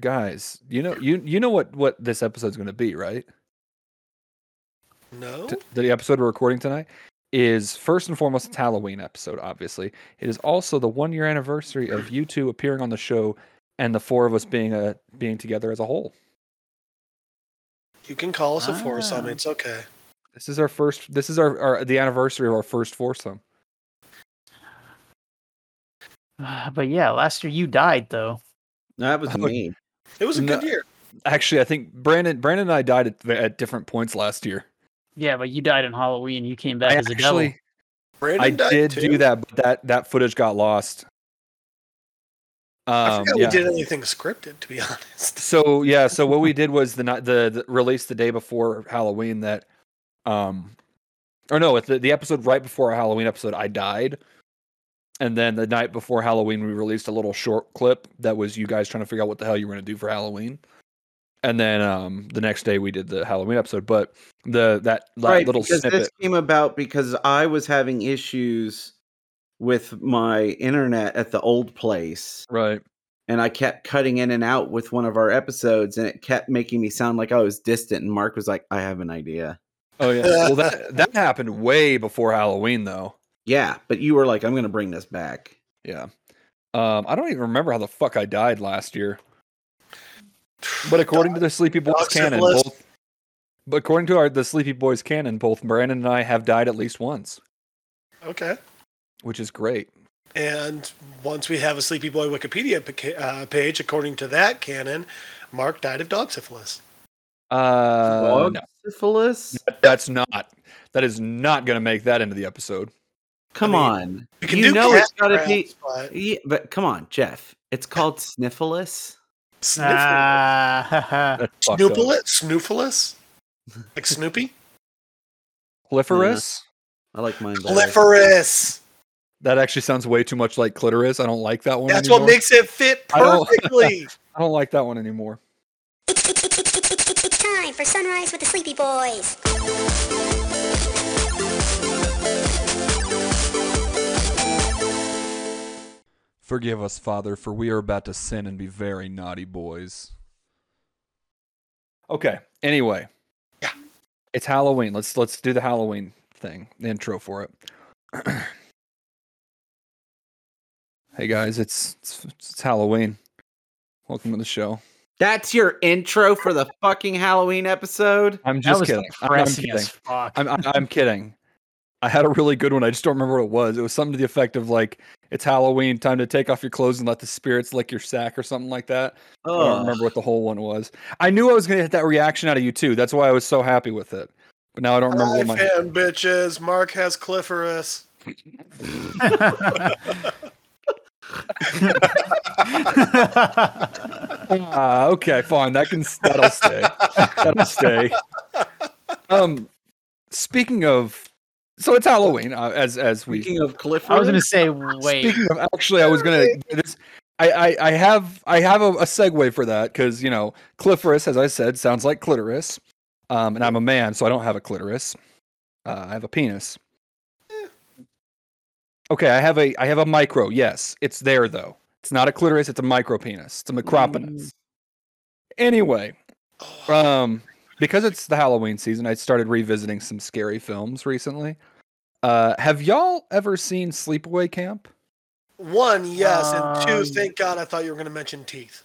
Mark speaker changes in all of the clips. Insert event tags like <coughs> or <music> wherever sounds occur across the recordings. Speaker 1: guys, you know you you know what what this episode's going to be, right?
Speaker 2: No.
Speaker 1: T- the episode we're recording tonight is first and foremost it's Halloween episode. Obviously, it is also the one year anniversary of you two appearing on the show and the four of us being a being together as a whole.
Speaker 2: You can call us a foursome.
Speaker 3: Ah.
Speaker 2: It's okay.
Speaker 1: This is our first. This is our, our the anniversary of our first foursome.
Speaker 3: Uh, <sighs> but yeah, last year you died though.
Speaker 4: That was
Speaker 1: Oh,
Speaker 4: me.
Speaker 2: It was a
Speaker 1: No.
Speaker 2: good year.
Speaker 1: Actually, I think Brandon Brandon and I died at, at different points last year.
Speaker 3: Yeah, but you died on Halloween. You came back
Speaker 1: I
Speaker 3: as a
Speaker 1: actually
Speaker 3: devil.
Speaker 2: Brandon
Speaker 1: I
Speaker 2: died
Speaker 1: did
Speaker 2: too.
Speaker 1: do that, but that that footage got lost.
Speaker 2: I
Speaker 1: Um,
Speaker 2: forgot
Speaker 1: yeah.
Speaker 2: we did anything scripted, to be <laughs> honest.
Speaker 1: So yeah, so what we did was the night the, the release the day before Halloween that, um, or no, it's the the episode right before our Halloween episode I died, and then the night before Halloween we released a little short clip that was you guys trying to figure out what the hell you were gonna do for Halloween, and then um the next day we did the Halloween episode, but the that, that
Speaker 4: right,
Speaker 1: little
Speaker 4: because
Speaker 1: snippet
Speaker 4: this came about because I was having issues with my internet at the old place,
Speaker 1: right
Speaker 4: and I kept cutting in and out with one of our episodes, and it kept making me sound like I was distant. And Mark was like, "I have an idea."
Speaker 1: oh yeah well that that happened way before Halloween though
Speaker 4: Yeah, but you were like, "I'm going to bring this back."
Speaker 1: Yeah. Um, I don't even remember how the fuck I died last year. But according to the Sleepy Boys
Speaker 2: Dogs have
Speaker 1: canon,
Speaker 2: lists.
Speaker 1: both but according to our the Sleepy Boys canon, both Brandon and I have died at least once,
Speaker 2: <sighs> Okay.
Speaker 1: which is great.
Speaker 2: And once we have a Sleepy Boy Wikipedia pa- uh, page, according to that canon, Mark died of dog syphilis.
Speaker 1: Uh,
Speaker 4: Dog
Speaker 1: no,
Speaker 4: syphilis?
Speaker 1: that's not. That is not going to make that into the episode.
Speaker 4: Come
Speaker 2: I
Speaker 4: on.
Speaker 2: We can
Speaker 4: You
Speaker 2: do
Speaker 4: know
Speaker 2: cat
Speaker 4: it's gotta
Speaker 2: grabs,
Speaker 4: be-
Speaker 2: but
Speaker 4: Yeah, but come on, Jeff. It's called sniffilus.
Speaker 2: sniffle-
Speaker 3: <laughs> Ah, <laughs> ha, ha.
Speaker 1: That's fucked up.
Speaker 2: Snoopilis? Snoophilus?
Speaker 1: <laughs>
Speaker 2: Like Snoopy?
Speaker 1: Clifferus?
Speaker 4: I like mine better.
Speaker 2: Clifferus.
Speaker 1: That actually sounds way too much like clitoris. I don't like that one.
Speaker 2: That's
Speaker 1: anymore.
Speaker 2: what makes it fit
Speaker 1: I don't- <laughs>
Speaker 2: perfectly.
Speaker 1: I don't like that one anymore.
Speaker 5: It's, it's, it's, it's, it's, it's, it's time for Sunrise with the Sleepy Boys.
Speaker 1: Forgive us, Father, for we are about to sin and be very naughty boys. Okay. Anyway.
Speaker 2: Yeah.
Speaker 1: It's Halloween. Let's let's do the Halloween thing, the intro for it. <clears throat> hey guys, it's, it's it's Halloween. Welcome to the show.
Speaker 4: That's your intro for the fucking Halloween episode?
Speaker 1: I'm <laughs>
Speaker 3: that
Speaker 1: just
Speaker 3: was
Speaker 1: kidding. I'm, I'm
Speaker 3: depressing
Speaker 1: kidding.
Speaker 3: as fuck.
Speaker 1: I'm, I'm, I'm kidding. I had a really good one. I just don't remember what it was. It was something to the effect of like, "It's Halloween, time to take off your clothes and let the spirits lick your sack" or something like that. I don't
Speaker 4: Oh,
Speaker 1: remember what the whole one was. I knew I was going to get that reaction out of you too. That's why I was so happy with it. But now I don't remember
Speaker 2: Hi,
Speaker 1: what my.
Speaker 2: fan bitches. Mark has Clifferus.
Speaker 1: Ah, okay, fine. That can that'll stay. That'll stay. Um, speaking of, so it's Halloween. Uh, as as we
Speaker 4: speaking of
Speaker 3: <laughs>
Speaker 4: Clifford.
Speaker 3: I was
Speaker 1: <laughs>
Speaker 3: gonna say, wait,
Speaker 1: Speaking of, actually, I was gonna. This, I, I, I have I have a, a segue for that because you know clitoris, as I said, sounds like clitoris, um, and I'm a man, so I don't have a clitoris. Uh, I have a penis. Okay, I have a I have a micro. Yes, it's there though. It's not a clitoris. It's a micro penis. It's a micropenis. Anyway, um, because it's the Halloween season, I started revisiting some scary films recently. Uh, have y'all ever seen Sleepaway Camp?
Speaker 2: One, yes, and two.
Speaker 3: Um,
Speaker 2: Thank God, I thought you were going to mention teeth.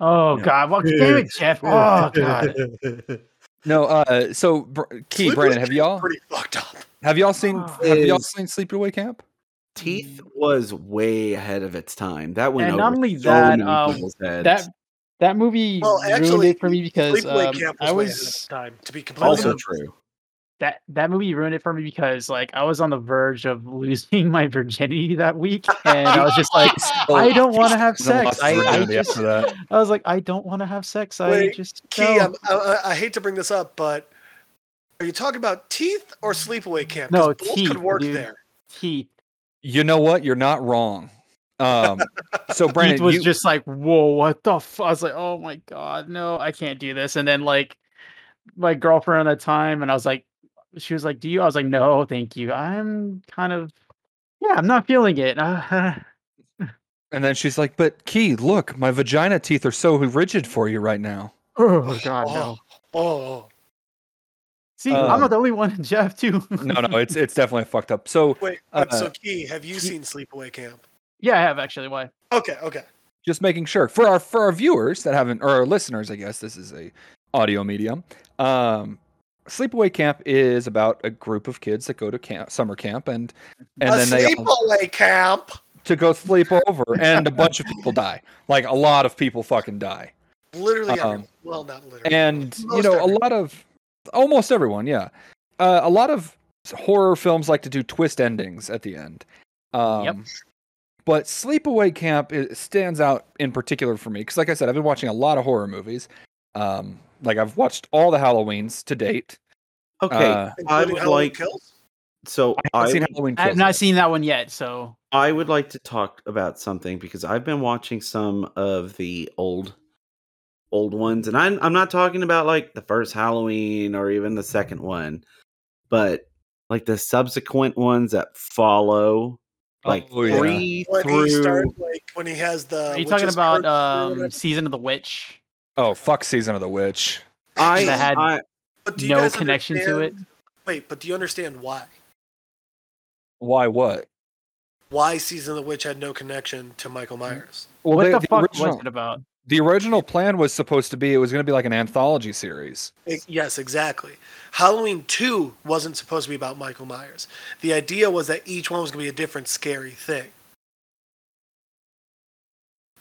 Speaker 3: oh
Speaker 1: Yeah.
Speaker 3: god, well, damn it, Jeff! Oh
Speaker 1: <laughs>
Speaker 3: god,
Speaker 1: No, uh, so Br- Key
Speaker 2: Sleepaway
Speaker 1: Brandon, have
Speaker 2: Camp's
Speaker 1: y'all
Speaker 2: Pretty fucked up.
Speaker 1: have y'all seen
Speaker 3: Oh.
Speaker 1: have y'all
Speaker 4: Is-
Speaker 1: seen Sleepaway Camp?
Speaker 4: Teeth was way ahead of its time. That went
Speaker 3: And
Speaker 4: over
Speaker 3: not only
Speaker 4: so
Speaker 3: that,
Speaker 4: many
Speaker 3: um,
Speaker 4: people's heads.
Speaker 3: that that movie
Speaker 2: Well,
Speaker 3: ruined
Speaker 2: actually,
Speaker 3: it for me because
Speaker 2: Sleepaway
Speaker 3: um,
Speaker 2: Camp
Speaker 3: I
Speaker 2: was, way ahead of its
Speaker 3: was
Speaker 2: time. To be completely
Speaker 4: also
Speaker 2: honest.
Speaker 4: true.
Speaker 3: that that movie ruined it for me because like I was on the verge of losing <laughs> my virginity that week, and I was just
Speaker 1: <laughs>
Speaker 3: like,
Speaker 1: Oh,
Speaker 3: I don't want to have sex. I, I just
Speaker 1: that.
Speaker 3: I was like, I don't want to have sex. I
Speaker 2: Wait,
Speaker 3: just
Speaker 2: Key,
Speaker 3: don't."
Speaker 2: I'm, I, I, I hate to bring this up, but are you talking about teeth or sleepaway camp? 'Cause
Speaker 3: No,
Speaker 2: both
Speaker 3: teeth,
Speaker 2: could work
Speaker 3: dude.
Speaker 2: there.
Speaker 3: Keith,
Speaker 1: You know what? You're not wrong. Um, so Brandon,
Speaker 3: Keith was
Speaker 1: you,
Speaker 3: just like, whoa, what the fuck? I was like, oh my god, no, I can't do this. And then like my girlfriend at the time, and I was like, she was like, do you? I was like, <laughs> Oh no, thank you. I'm kind of, yeah, I'm not feeling it.
Speaker 1: And then she's like, "But Key, look, my vagina teeth are so rigid for you right now."
Speaker 3: Oh
Speaker 2: <laughs>
Speaker 3: God, no.
Speaker 2: Oh, oh,
Speaker 3: See, I'm
Speaker 2: Um
Speaker 3: not the only one. <laughs> Jeff too.
Speaker 1: No, no, it's it's definitely fucked up. So
Speaker 2: wait.
Speaker 1: Uh,
Speaker 2: so Key, have you seen Sleepaway Camp?
Speaker 3: <laughs> yeah, I have actually. Why?
Speaker 2: Okay, okay.
Speaker 1: just making sure for our for our viewers that haven't or our listeners, I guess this is a audio medium. Um, sleepaway camp is about a group of kids that go to camp, summer camp, and and
Speaker 2: a
Speaker 1: then they all,
Speaker 2: Sleepaway Camp.
Speaker 1: to go sleep over, and a bunch of people die. Like a lot of people fucking die. Um,
Speaker 2: Literally, everyone. well, not literally.
Speaker 1: and you
Speaker 2: Most
Speaker 1: know
Speaker 2: everyone.
Speaker 1: a lot of almost everyone yeah uh, a lot of horror films like to do twist endings at the end um,
Speaker 3: Yep.
Speaker 1: but sleepaway camp i stands out in particular for me because like i said i've been watching a lot of horror movies um, like i've watched all the halloweens to date
Speaker 4: Okay,
Speaker 1: Uh,
Speaker 4: I
Speaker 2: Including
Speaker 4: would
Speaker 2: Halloween
Speaker 4: like
Speaker 2: Kills?
Speaker 4: so
Speaker 1: i haven't
Speaker 4: I
Speaker 1: seen
Speaker 4: would-
Speaker 1: halloween
Speaker 3: I have
Speaker 1: Kills
Speaker 3: not
Speaker 1: yet.
Speaker 3: seen that one yet. So
Speaker 4: I would like to talk about something because I've been watching some of the old old ones and I'm I'm not talking about like the first Halloween or even the second one, but like the subsequent ones that follow like
Speaker 1: Oh, yeah.
Speaker 4: three
Speaker 2: When he
Speaker 4: through
Speaker 2: started, like when he has the.
Speaker 3: are you talking
Speaker 2: witch's
Speaker 3: about
Speaker 2: curse or
Speaker 3: um, season of the witch?
Speaker 1: oh fuck season of the witch
Speaker 4: I,
Speaker 3: that had-
Speaker 4: I
Speaker 2: But do you
Speaker 3: No
Speaker 2: guys
Speaker 3: connection to it.
Speaker 2: understand- Wait, but do you understand why?
Speaker 1: why what
Speaker 2: Why season of the witch had no connection to Michael
Speaker 1: Mm-hmm.
Speaker 2: Myers?
Speaker 1: well
Speaker 3: what
Speaker 1: they-
Speaker 3: the, fuck
Speaker 1: original,
Speaker 3: was it about?
Speaker 1: the original plan was supposed to be it was going to be like an anthology series
Speaker 2: Ex- Yes, exactly. Halloween 2 wasn't supposed to be about Michael Myers. The idea was that each one was going to be a different scary thing.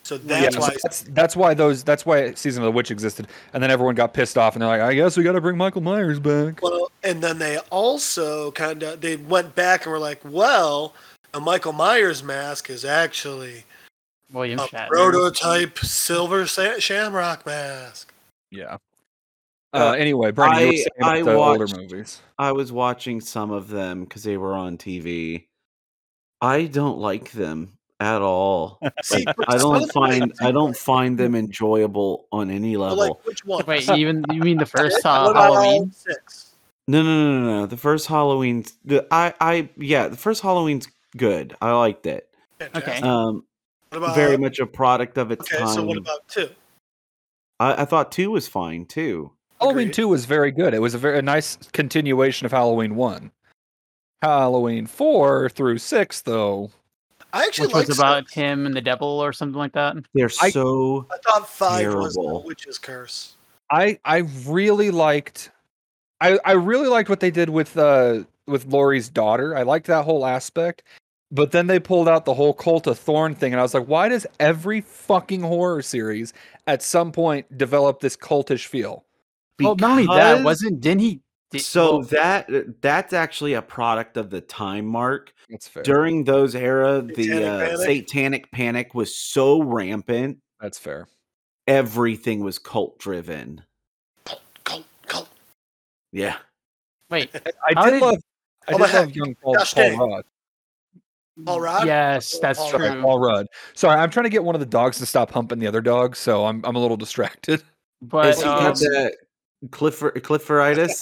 Speaker 2: So that's
Speaker 1: yeah, so
Speaker 2: why.
Speaker 1: that's, that's why those that's why season of the witch existed and then everyone got pissed off and they're like i guess we got to bring michael myers back
Speaker 2: Well, and then they also kind of they went back and were like, well, the Michael Myers mask is actually
Speaker 3: William
Speaker 2: a
Speaker 3: Shatner.
Speaker 2: prototype silver sa-
Speaker 1: <laughs>
Speaker 2: shamrock mask.
Speaker 1: yeah uh,
Speaker 4: Uh,
Speaker 1: anyway Bernie, you were
Speaker 4: I-
Speaker 1: saying about
Speaker 4: I
Speaker 1: the
Speaker 4: watched-
Speaker 1: older movies
Speaker 4: I was watching some of them because they were on TV. I don't like them
Speaker 2: <laughs>
Speaker 4: at all.
Speaker 2: See,
Speaker 4: I don't
Speaker 2: personified-
Speaker 4: find
Speaker 2: <laughs>
Speaker 4: I don't find them enjoyable on any
Speaker 2: But,
Speaker 4: level.
Speaker 2: like which <laughs> one?
Speaker 3: Wait, even you mean the first
Speaker 2: What
Speaker 3: uh,
Speaker 2: about
Speaker 3: Halloween?
Speaker 2: Six.
Speaker 4: No, no, no, no, no. The first Halloween's the I, I, yeah, the first Halloween's good. I liked it.
Speaker 3: Okay.
Speaker 4: Um,
Speaker 2: What about,
Speaker 4: very much a product of its
Speaker 2: Okay,
Speaker 4: time.
Speaker 2: so what about two?
Speaker 4: I, I thought two was fine too.
Speaker 1: halloween
Speaker 2: Agreed.
Speaker 1: 2 was very good it was a very a nice continuation of halloween 1 halloween 4 through 6 though
Speaker 2: I actually
Speaker 3: Which
Speaker 2: liked
Speaker 3: was about
Speaker 2: six.
Speaker 3: him and the devil or something like that.
Speaker 4: They're
Speaker 1: I-
Speaker 4: so
Speaker 2: I thought five was
Speaker 4: Terrible.
Speaker 2: the witch's curse. <laughs>
Speaker 1: i i really liked i i really liked what they did with uh with Laurie's daughter i liked that whole aspect but then they pulled out the whole cult of thorn thing and i was like why does every fucking horror series at some point develop this cultish feel
Speaker 3: Well, not only that,
Speaker 4: because-
Speaker 3: wasn't didn't he? di-
Speaker 4: so
Speaker 3: well,
Speaker 4: that that's actually a product of the time mark
Speaker 1: that's fair
Speaker 4: during those era.
Speaker 2: Satanic
Speaker 4: the uh,
Speaker 2: panic?
Speaker 4: satanic panic was so rampant.
Speaker 1: that's fair
Speaker 4: Everything was cult driven.
Speaker 2: Cult, cult.
Speaker 4: Yeah.
Speaker 3: wait,
Speaker 1: <laughs>
Speaker 3: How
Speaker 1: <laughs> i did,
Speaker 3: did-
Speaker 1: love i
Speaker 2: Oh,
Speaker 1: did
Speaker 2: but
Speaker 1: love young paul,
Speaker 2: Josh
Speaker 1: paul
Speaker 2: Dang.
Speaker 1: rudd
Speaker 2: All right.
Speaker 3: yes, that's
Speaker 2: All
Speaker 3: true.
Speaker 1: sorry, paul rudd sorry i'm trying to get one of the dogs to stop humping the other dog so i'm, I'm a little <laughs> distracted
Speaker 3: But
Speaker 4: Has he got
Speaker 3: um,
Speaker 4: that Clifford
Speaker 1: <laughs>
Speaker 4: Clifforitis?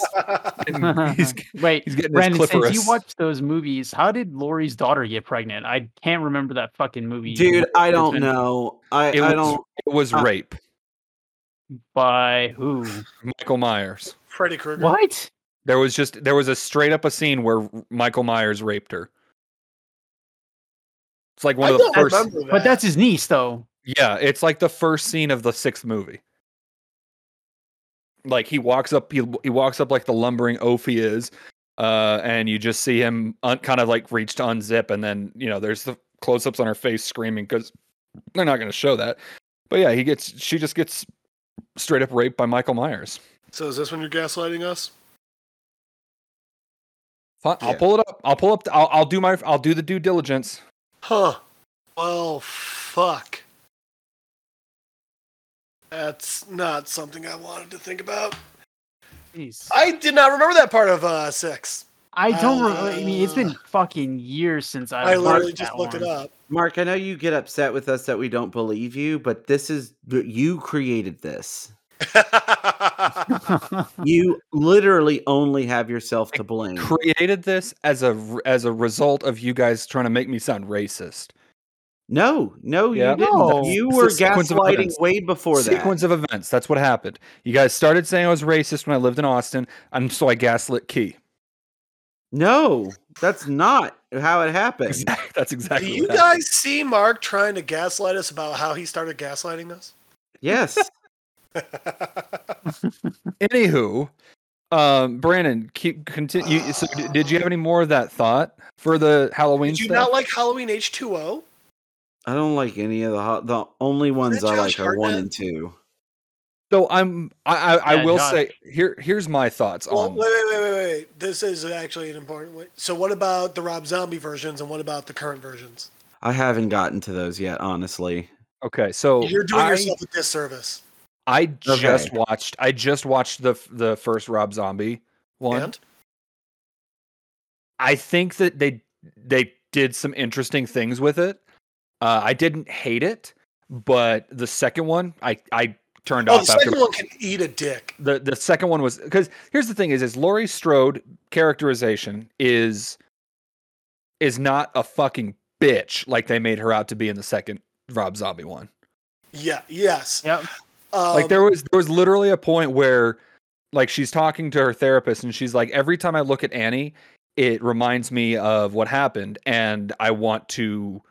Speaker 1: he's,
Speaker 3: wait,
Speaker 1: he's getting his
Speaker 3: Brandon, since you
Speaker 1: clifforous.
Speaker 3: watched those movies, how did Laurie's daughter get pregnant? I can't remember that fucking movie.
Speaker 4: Dude, I don't
Speaker 3: Husband
Speaker 4: know. I,
Speaker 1: It
Speaker 4: I
Speaker 1: was-
Speaker 4: don't.
Speaker 1: it was
Speaker 4: Uh,
Speaker 1: rape
Speaker 3: By who?
Speaker 1: michael myers
Speaker 2: Freddy Krueger.
Speaker 3: What?
Speaker 1: There was just there was a straight up a scene where Michael Myers raped her. It's like one
Speaker 2: I
Speaker 1: of the
Speaker 2: don't
Speaker 1: first.
Speaker 2: remember that.
Speaker 3: But that's his niece, though.
Speaker 1: Yeah, it's like the first scene of the sixth movie. Like he walks up, he he walks up like the lumbering oaf he is, uh, and you just see him un- kind of like reach to unzip, and then you know there's the close ups on her face screaming because they're not going to show that. But yeah, he gets she just gets straight up raped by Michael Myers.
Speaker 2: so is this when you're gaslighting us?
Speaker 1: Fi- I'll
Speaker 4: Yeah.
Speaker 1: pull it up. I'll pull up. the- I'll, I'll do my. I'll do the due diligence.
Speaker 2: Huh. Well, fuck. That's not something I wanted to think about.
Speaker 3: Jeez.
Speaker 2: I did not remember that part of uh, six.
Speaker 3: I don't. remember. I mean, it's
Speaker 2: Uh,
Speaker 3: been fucking years since I.
Speaker 2: I, literally
Speaker 3: watched
Speaker 2: just
Speaker 3: that
Speaker 2: looked it
Speaker 3: one.
Speaker 2: up.
Speaker 4: Mark, I know you get upset with us that we don't believe you, but this is you created this. You literally only have yourself to
Speaker 2: Mm.
Speaker 4: blame.
Speaker 1: Created this as a r- as a result of you guys trying to make me sound racist.
Speaker 4: No, no, you
Speaker 1: Yeah.
Speaker 4: didn't.
Speaker 3: No.
Speaker 4: You
Speaker 1: It's
Speaker 4: were
Speaker 1: a sequence of
Speaker 4: gaslighting
Speaker 1: events.
Speaker 4: way before that.
Speaker 1: Sequence of events. That's what happened. You guys started saying I was racist when I lived in Austin, and so I gaslit Key. <laughs>
Speaker 4: no, that's not how it happened.
Speaker 1: Exactly. That's exactly.
Speaker 2: <laughs> Do
Speaker 1: what
Speaker 2: you
Speaker 1: happened.
Speaker 2: guys see Mark trying to gaslight us about how he started gaslighting us?
Speaker 4: Yes.
Speaker 1: <laughs> Anywho, um, Brandon, keep continue. So d- did you have any more of that thought for the Halloween?
Speaker 2: Did you
Speaker 1: stuff?
Speaker 2: not like Halloween H2O?
Speaker 4: I don't like any of the hot. The only ones
Speaker 2: that
Speaker 4: I like
Speaker 2: Josh
Speaker 4: are one
Speaker 2: Hartnett?
Speaker 4: and two.
Speaker 1: so I'm. I I, I
Speaker 3: Yeah,
Speaker 1: will
Speaker 3: Josh.
Speaker 1: say here. Here's my thoughts
Speaker 2: Well,
Speaker 1: on.
Speaker 2: wait, wait, wait, wait, wait. This is actually an important one. So, what about the Rob Zombie versions and what about the current versions?
Speaker 4: I haven't gotten to those yet, honestly.
Speaker 1: Okay, so
Speaker 2: You're doing
Speaker 1: Oh, I,
Speaker 2: yourself a disservice.
Speaker 1: I just
Speaker 4: Okay.
Speaker 1: watched. I just watched the f- the first Rob Zombie one.
Speaker 2: And
Speaker 1: I think that they they did some interesting things with it. Uh, I didn't hate it, but the second one, I I turned
Speaker 2: oh, the
Speaker 1: off after
Speaker 2: second one can eat a dick.
Speaker 1: the the second one was because here's the thing is is Laurie Strode characterization is is not a fucking bitch like they made her out to be in the second Rob Zombie one.
Speaker 2: Yeah. Yes.
Speaker 3: <laughs> Yep.
Speaker 2: Um,
Speaker 1: like there was there was literally a point where like she's talking to her therapist and she's like every time I look at Annie it reminds me of what happened and I want to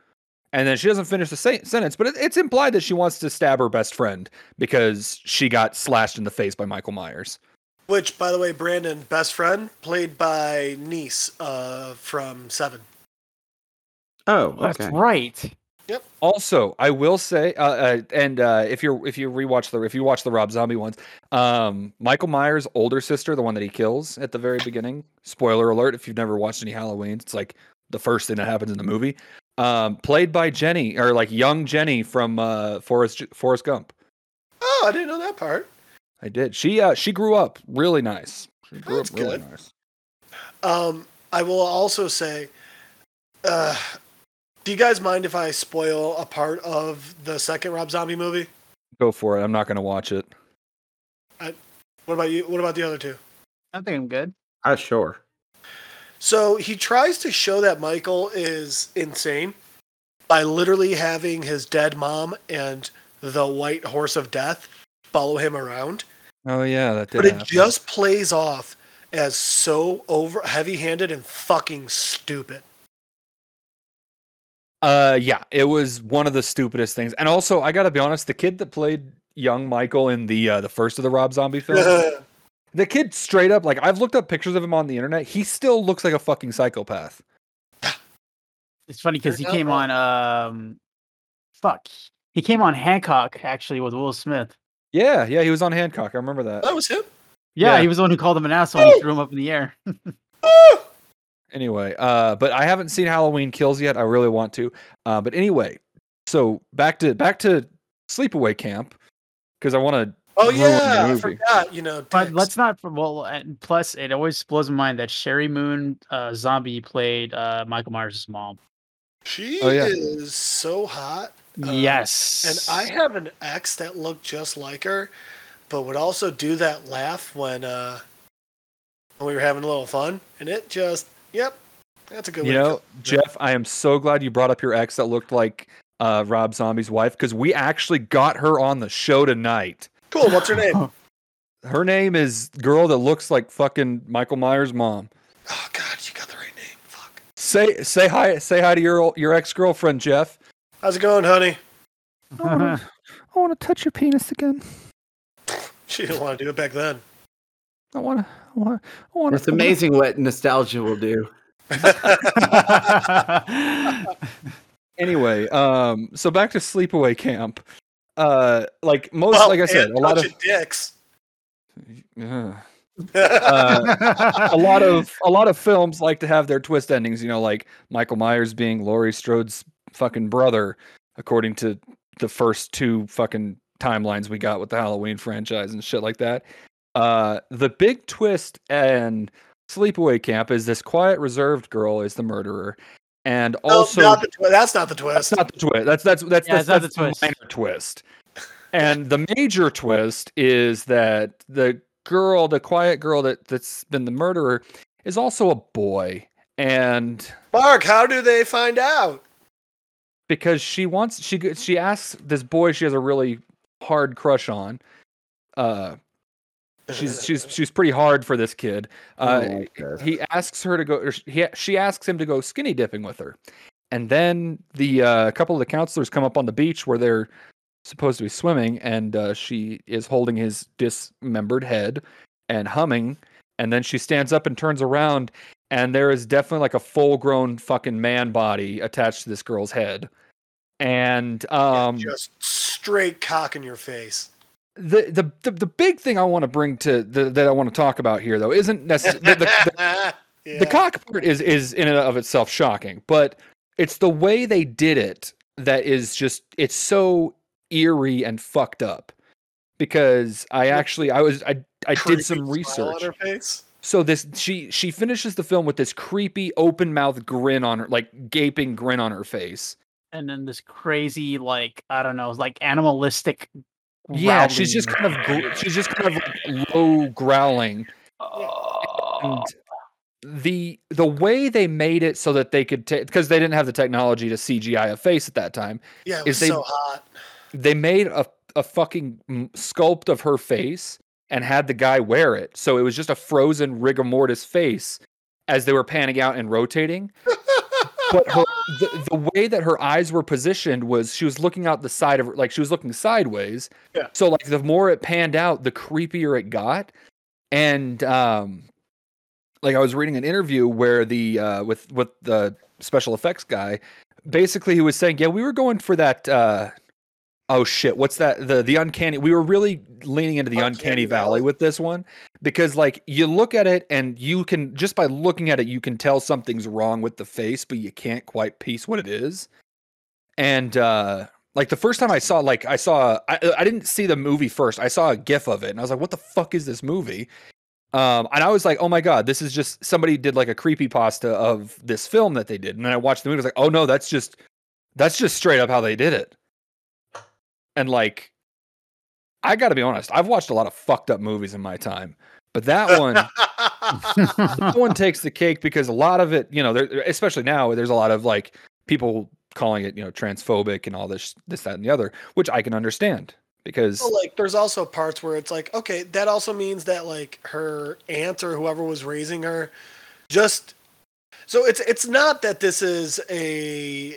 Speaker 1: and then she doesn't finish the sa- sentence but it, it's implied that she wants to stab her best friend because she got slashed in the face by Michael Myers.
Speaker 2: Which, by the way, Brandon, best friend, played by Niece uh, from Seven.
Speaker 4: Oh,
Speaker 3: That's
Speaker 4: okay.
Speaker 3: right.
Speaker 1: Also, I will say, uh, uh, and uh, if you're if you rewatch the if you watch the Rob Zombie ones, um, Michael Myers' older sister, the one that he kills at the very beginning. Spoiler alert: if you've never watched any Halloween, it's like the first thing that happens in the movie. Um, played by Jenny or like young Jenny from uh, Forrest J- Forrest Gump.
Speaker 2: Oh, I didn't know that part.
Speaker 1: I did. She uh, she grew up really nice. She grew
Speaker 2: That's
Speaker 1: up really
Speaker 2: good.
Speaker 1: nice.
Speaker 2: Um, I will also say, uh, do you guys mind if I spoil a part of the second Rob Zombie movie?
Speaker 1: Go for it. I'm not gonna watch it.
Speaker 2: What about you? What about the other two?
Speaker 3: I think I'm good.
Speaker 2: <laughs>
Speaker 4: Ah, sure.
Speaker 2: So he tries to show that Michael is insane by literally having his dead mom and the white horse of death follow him around.
Speaker 1: Oh yeah, that did.
Speaker 2: but it
Speaker 1: happen.
Speaker 2: just plays off as so over heavy-handed and
Speaker 1: <laughs>
Speaker 2: fucking stupid.
Speaker 1: Uh, yeah, it was one of the stupidest things. And also, I gotta be honest, the kid that played young Michael in the uh, the first of the Rob Zombie films,
Speaker 2: <laughs>
Speaker 1: the kid straight up like I've looked up pictures of him on the internet. He still looks like a fucking psychopath.
Speaker 3: It's funny because he
Speaker 2: You're not
Speaker 3: came on. Um, fuck. He came on Hancock actually with Will Smith.
Speaker 1: Yeah, yeah, he was on Hancock. I remember that.
Speaker 2: that was him.
Speaker 3: Yeah,
Speaker 1: Yeah.
Speaker 3: he was the one who called him an asshole. and He threw him up in
Speaker 2: <laughs>
Speaker 3: the air.
Speaker 1: Anyway, uh, but I haven't seen Halloween Kills yet. I really want to. Uh, but anyway, so back to back to Sleepaway Camp because I want to.
Speaker 2: Oh
Speaker 1: Ruined the
Speaker 2: yeah, I
Speaker 1: movie.
Speaker 2: forgot. You know,
Speaker 3: But
Speaker 2: dicks.
Speaker 3: let's not. for- Well, and plus, it always blows my mind that Sherry Moon uh, Zombie played uh, Michael Myers' mom.
Speaker 2: she
Speaker 1: Oh, yeah.
Speaker 2: is so hot, Uh, and
Speaker 3: yes.
Speaker 2: I have an ex that looked just like her, but would also do that laugh when uh when we were having a little fun, and it just yep, that's a good.
Speaker 1: You
Speaker 2: way to
Speaker 1: know, Jeff, I am so glad you brought up your ex that looked like uh, Rob Zombie's wife because we actually got her on the show tonight.
Speaker 2: go.
Speaker 1: <laughs>
Speaker 2: cool. What's her name?
Speaker 3: Oh,
Speaker 1: Her name is girl that looks like fucking Michael Myers' mom.
Speaker 2: Oh God, you got the right name. Fuck.
Speaker 1: Say say hi say hi to your ol- your ex girlfriend Jeff.
Speaker 2: How's it going, honey? <laughs>
Speaker 1: I want to touch your penis again.
Speaker 2: She didn't want to do it back then.
Speaker 1: I want to I want I want
Speaker 4: It's amazing what nostalgia will do.
Speaker 1: Anyway, um, so back to sleepaway camp. Uh, like most, like I said,
Speaker 2: Oh, and
Speaker 1: a lot of
Speaker 2: touching dicks.
Speaker 1: Ugh.
Speaker 2: <laughs>
Speaker 1: uh, a lot of a lot of films like to have their twist endings. You know, like Michael Myers being Laurie Strode's fucking brother, according to the first two fucking timelines we got with the Halloween franchise and shit like that. Uh, the big twist and Sleepaway Camp is this quiet, reserved girl is the murderer, and
Speaker 2: No,
Speaker 1: also
Speaker 2: Oh, not the twi- that's not the twist.
Speaker 1: <laughs> that's not the twist. That's that's that's that's,
Speaker 3: Yeah, it's not
Speaker 1: that's
Speaker 3: the
Speaker 1: the
Speaker 3: twist.
Speaker 1: minor twist. And the major twist is that the girl, the quiet girl that that's been the murderer, is also a boy. And
Speaker 2: Mark, how do they find out?
Speaker 1: because she wants she g- she asks this boy she has a really hard crush on. Uh,
Speaker 2: <laughs>
Speaker 1: she's she's she's pretty hard for this kid.
Speaker 4: I
Speaker 1: Uh,
Speaker 4: don't like this.
Speaker 1: he asks her to go or sh- he, she asks him to go skinny dipping with her and then the uh, couple of the counselors come up on the beach where they're supposed to be swimming and uh, she is holding his dismembered head and humming and then she stands up and turns around and there is definitely like a full grown fucking man body attached to this girl's head and um
Speaker 2: just straight cock in your face.
Speaker 1: the, the the the big thing i want to bring to the, that i want to talk about here though isn't necessarily
Speaker 2: <laughs>
Speaker 1: the, the,
Speaker 2: Yeah.
Speaker 1: the cock part is is in and of itself shocking, but it's the way they did it that is just it's so eerie and fucked up. Because I actually I was I I
Speaker 2: Creepy
Speaker 1: did some
Speaker 2: smile
Speaker 1: research.
Speaker 2: On her face.
Speaker 1: So this she she finishes the film with this creepy open mouth grin on her like gaping grin on her face.
Speaker 3: and then this crazy like I don't know, like animalistic.
Speaker 1: Yeah, she's just
Speaker 3: growling.
Speaker 1: kind of gr- she's just kind of like low growling and the the way they made it so that they could take because they didn't have the technology to CGI a face at that time.
Speaker 2: Yeah, it
Speaker 1: Is
Speaker 2: was
Speaker 1: they-
Speaker 2: so hot.
Speaker 1: They made a a fucking m- sculpt of her face and had the guy wear it, so it was just a frozen rigor mortis face as they were panning out and rotating. But her the, the way that her eyes were positioned was she was looking out the side of her, like she was looking sideways.
Speaker 2: Yeah.
Speaker 1: So like the more it panned out, the creepier it got. And um like I was reading an interview where the uh with with the special effects guy basically he was saying, "Yeah, we were going for that uh oh shit, what's that the the uncanny we were really leaning into the uncanny,
Speaker 2: Uncanny
Speaker 1: valley.
Speaker 2: Valley.
Speaker 1: with this one because like you look at it and you can just by looking at it you can tell something's wrong with the face, but you can't quite piece what it is." And uh like the first time I saw like I saw I, I didn't see the movie first. I saw a gif of it and I was like, "What the fuck is this movie?" Um, and I was like, oh my god, this is just somebody did like a creepy pasta of this film that they did. And then I watched the movie. I was like, oh no, that's just that's just straight up how they did it. And like, I got to be honest, I've watched a lot of fucked up movies in my time, but <laughs>
Speaker 2: <laughs>
Speaker 1: that one that one takes the cake because a lot of it, you know, there, especially now, there's a lot of like people calling it, you know, transphobic and all this, this, that, and the other, which I can understand because
Speaker 2: Well, like, there's also parts where it's like, okay, that also means that like her aunt or whoever was raising her, just. So it's it's not that this is a,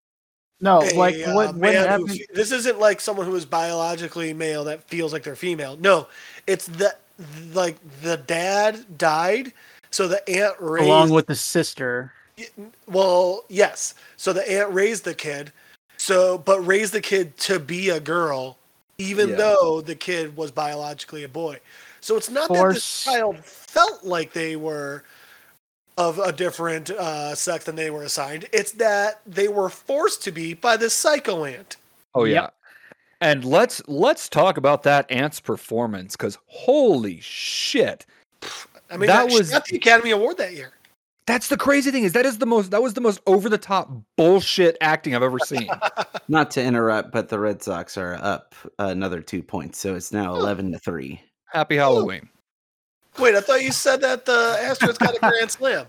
Speaker 3: <laughs> no,
Speaker 2: a,
Speaker 3: Oh, like
Speaker 2: uh,
Speaker 3: what what
Speaker 2: man who
Speaker 3: happened?
Speaker 2: fe- this isn't like someone who is biologically male that feels like they're female. No, it's the like the dad died, so the aunt raised
Speaker 3: Along with the sister,
Speaker 2: Well, yes. So the aunt raised the kid. So, but raised the kid to be a girl, even
Speaker 1: Yeah.
Speaker 2: though the kid was biologically a boy. So it's not that
Speaker 3: Force-
Speaker 2: this child felt like they were of a different uh, sex than they were assigned. It's that they were forced to be by this psycho aunt.
Speaker 1: Oh
Speaker 3: Yep.
Speaker 1: yeah. And let's let's talk about that Ant's performance cuz holy shit.
Speaker 2: I mean,
Speaker 1: That
Speaker 2: that, was
Speaker 1: was-
Speaker 2: got the Academy Award that year.
Speaker 1: That's the crazy thing is that is the most that was the most over the top bullshit acting I've ever
Speaker 2: <laughs>
Speaker 1: seen.
Speaker 4: Not to interrupt, but the Red Sox are up another two points, so it's now eleven to three.
Speaker 1: Happy Halloween.
Speaker 2: Wait, I thought you said that the Astros got a grand slam.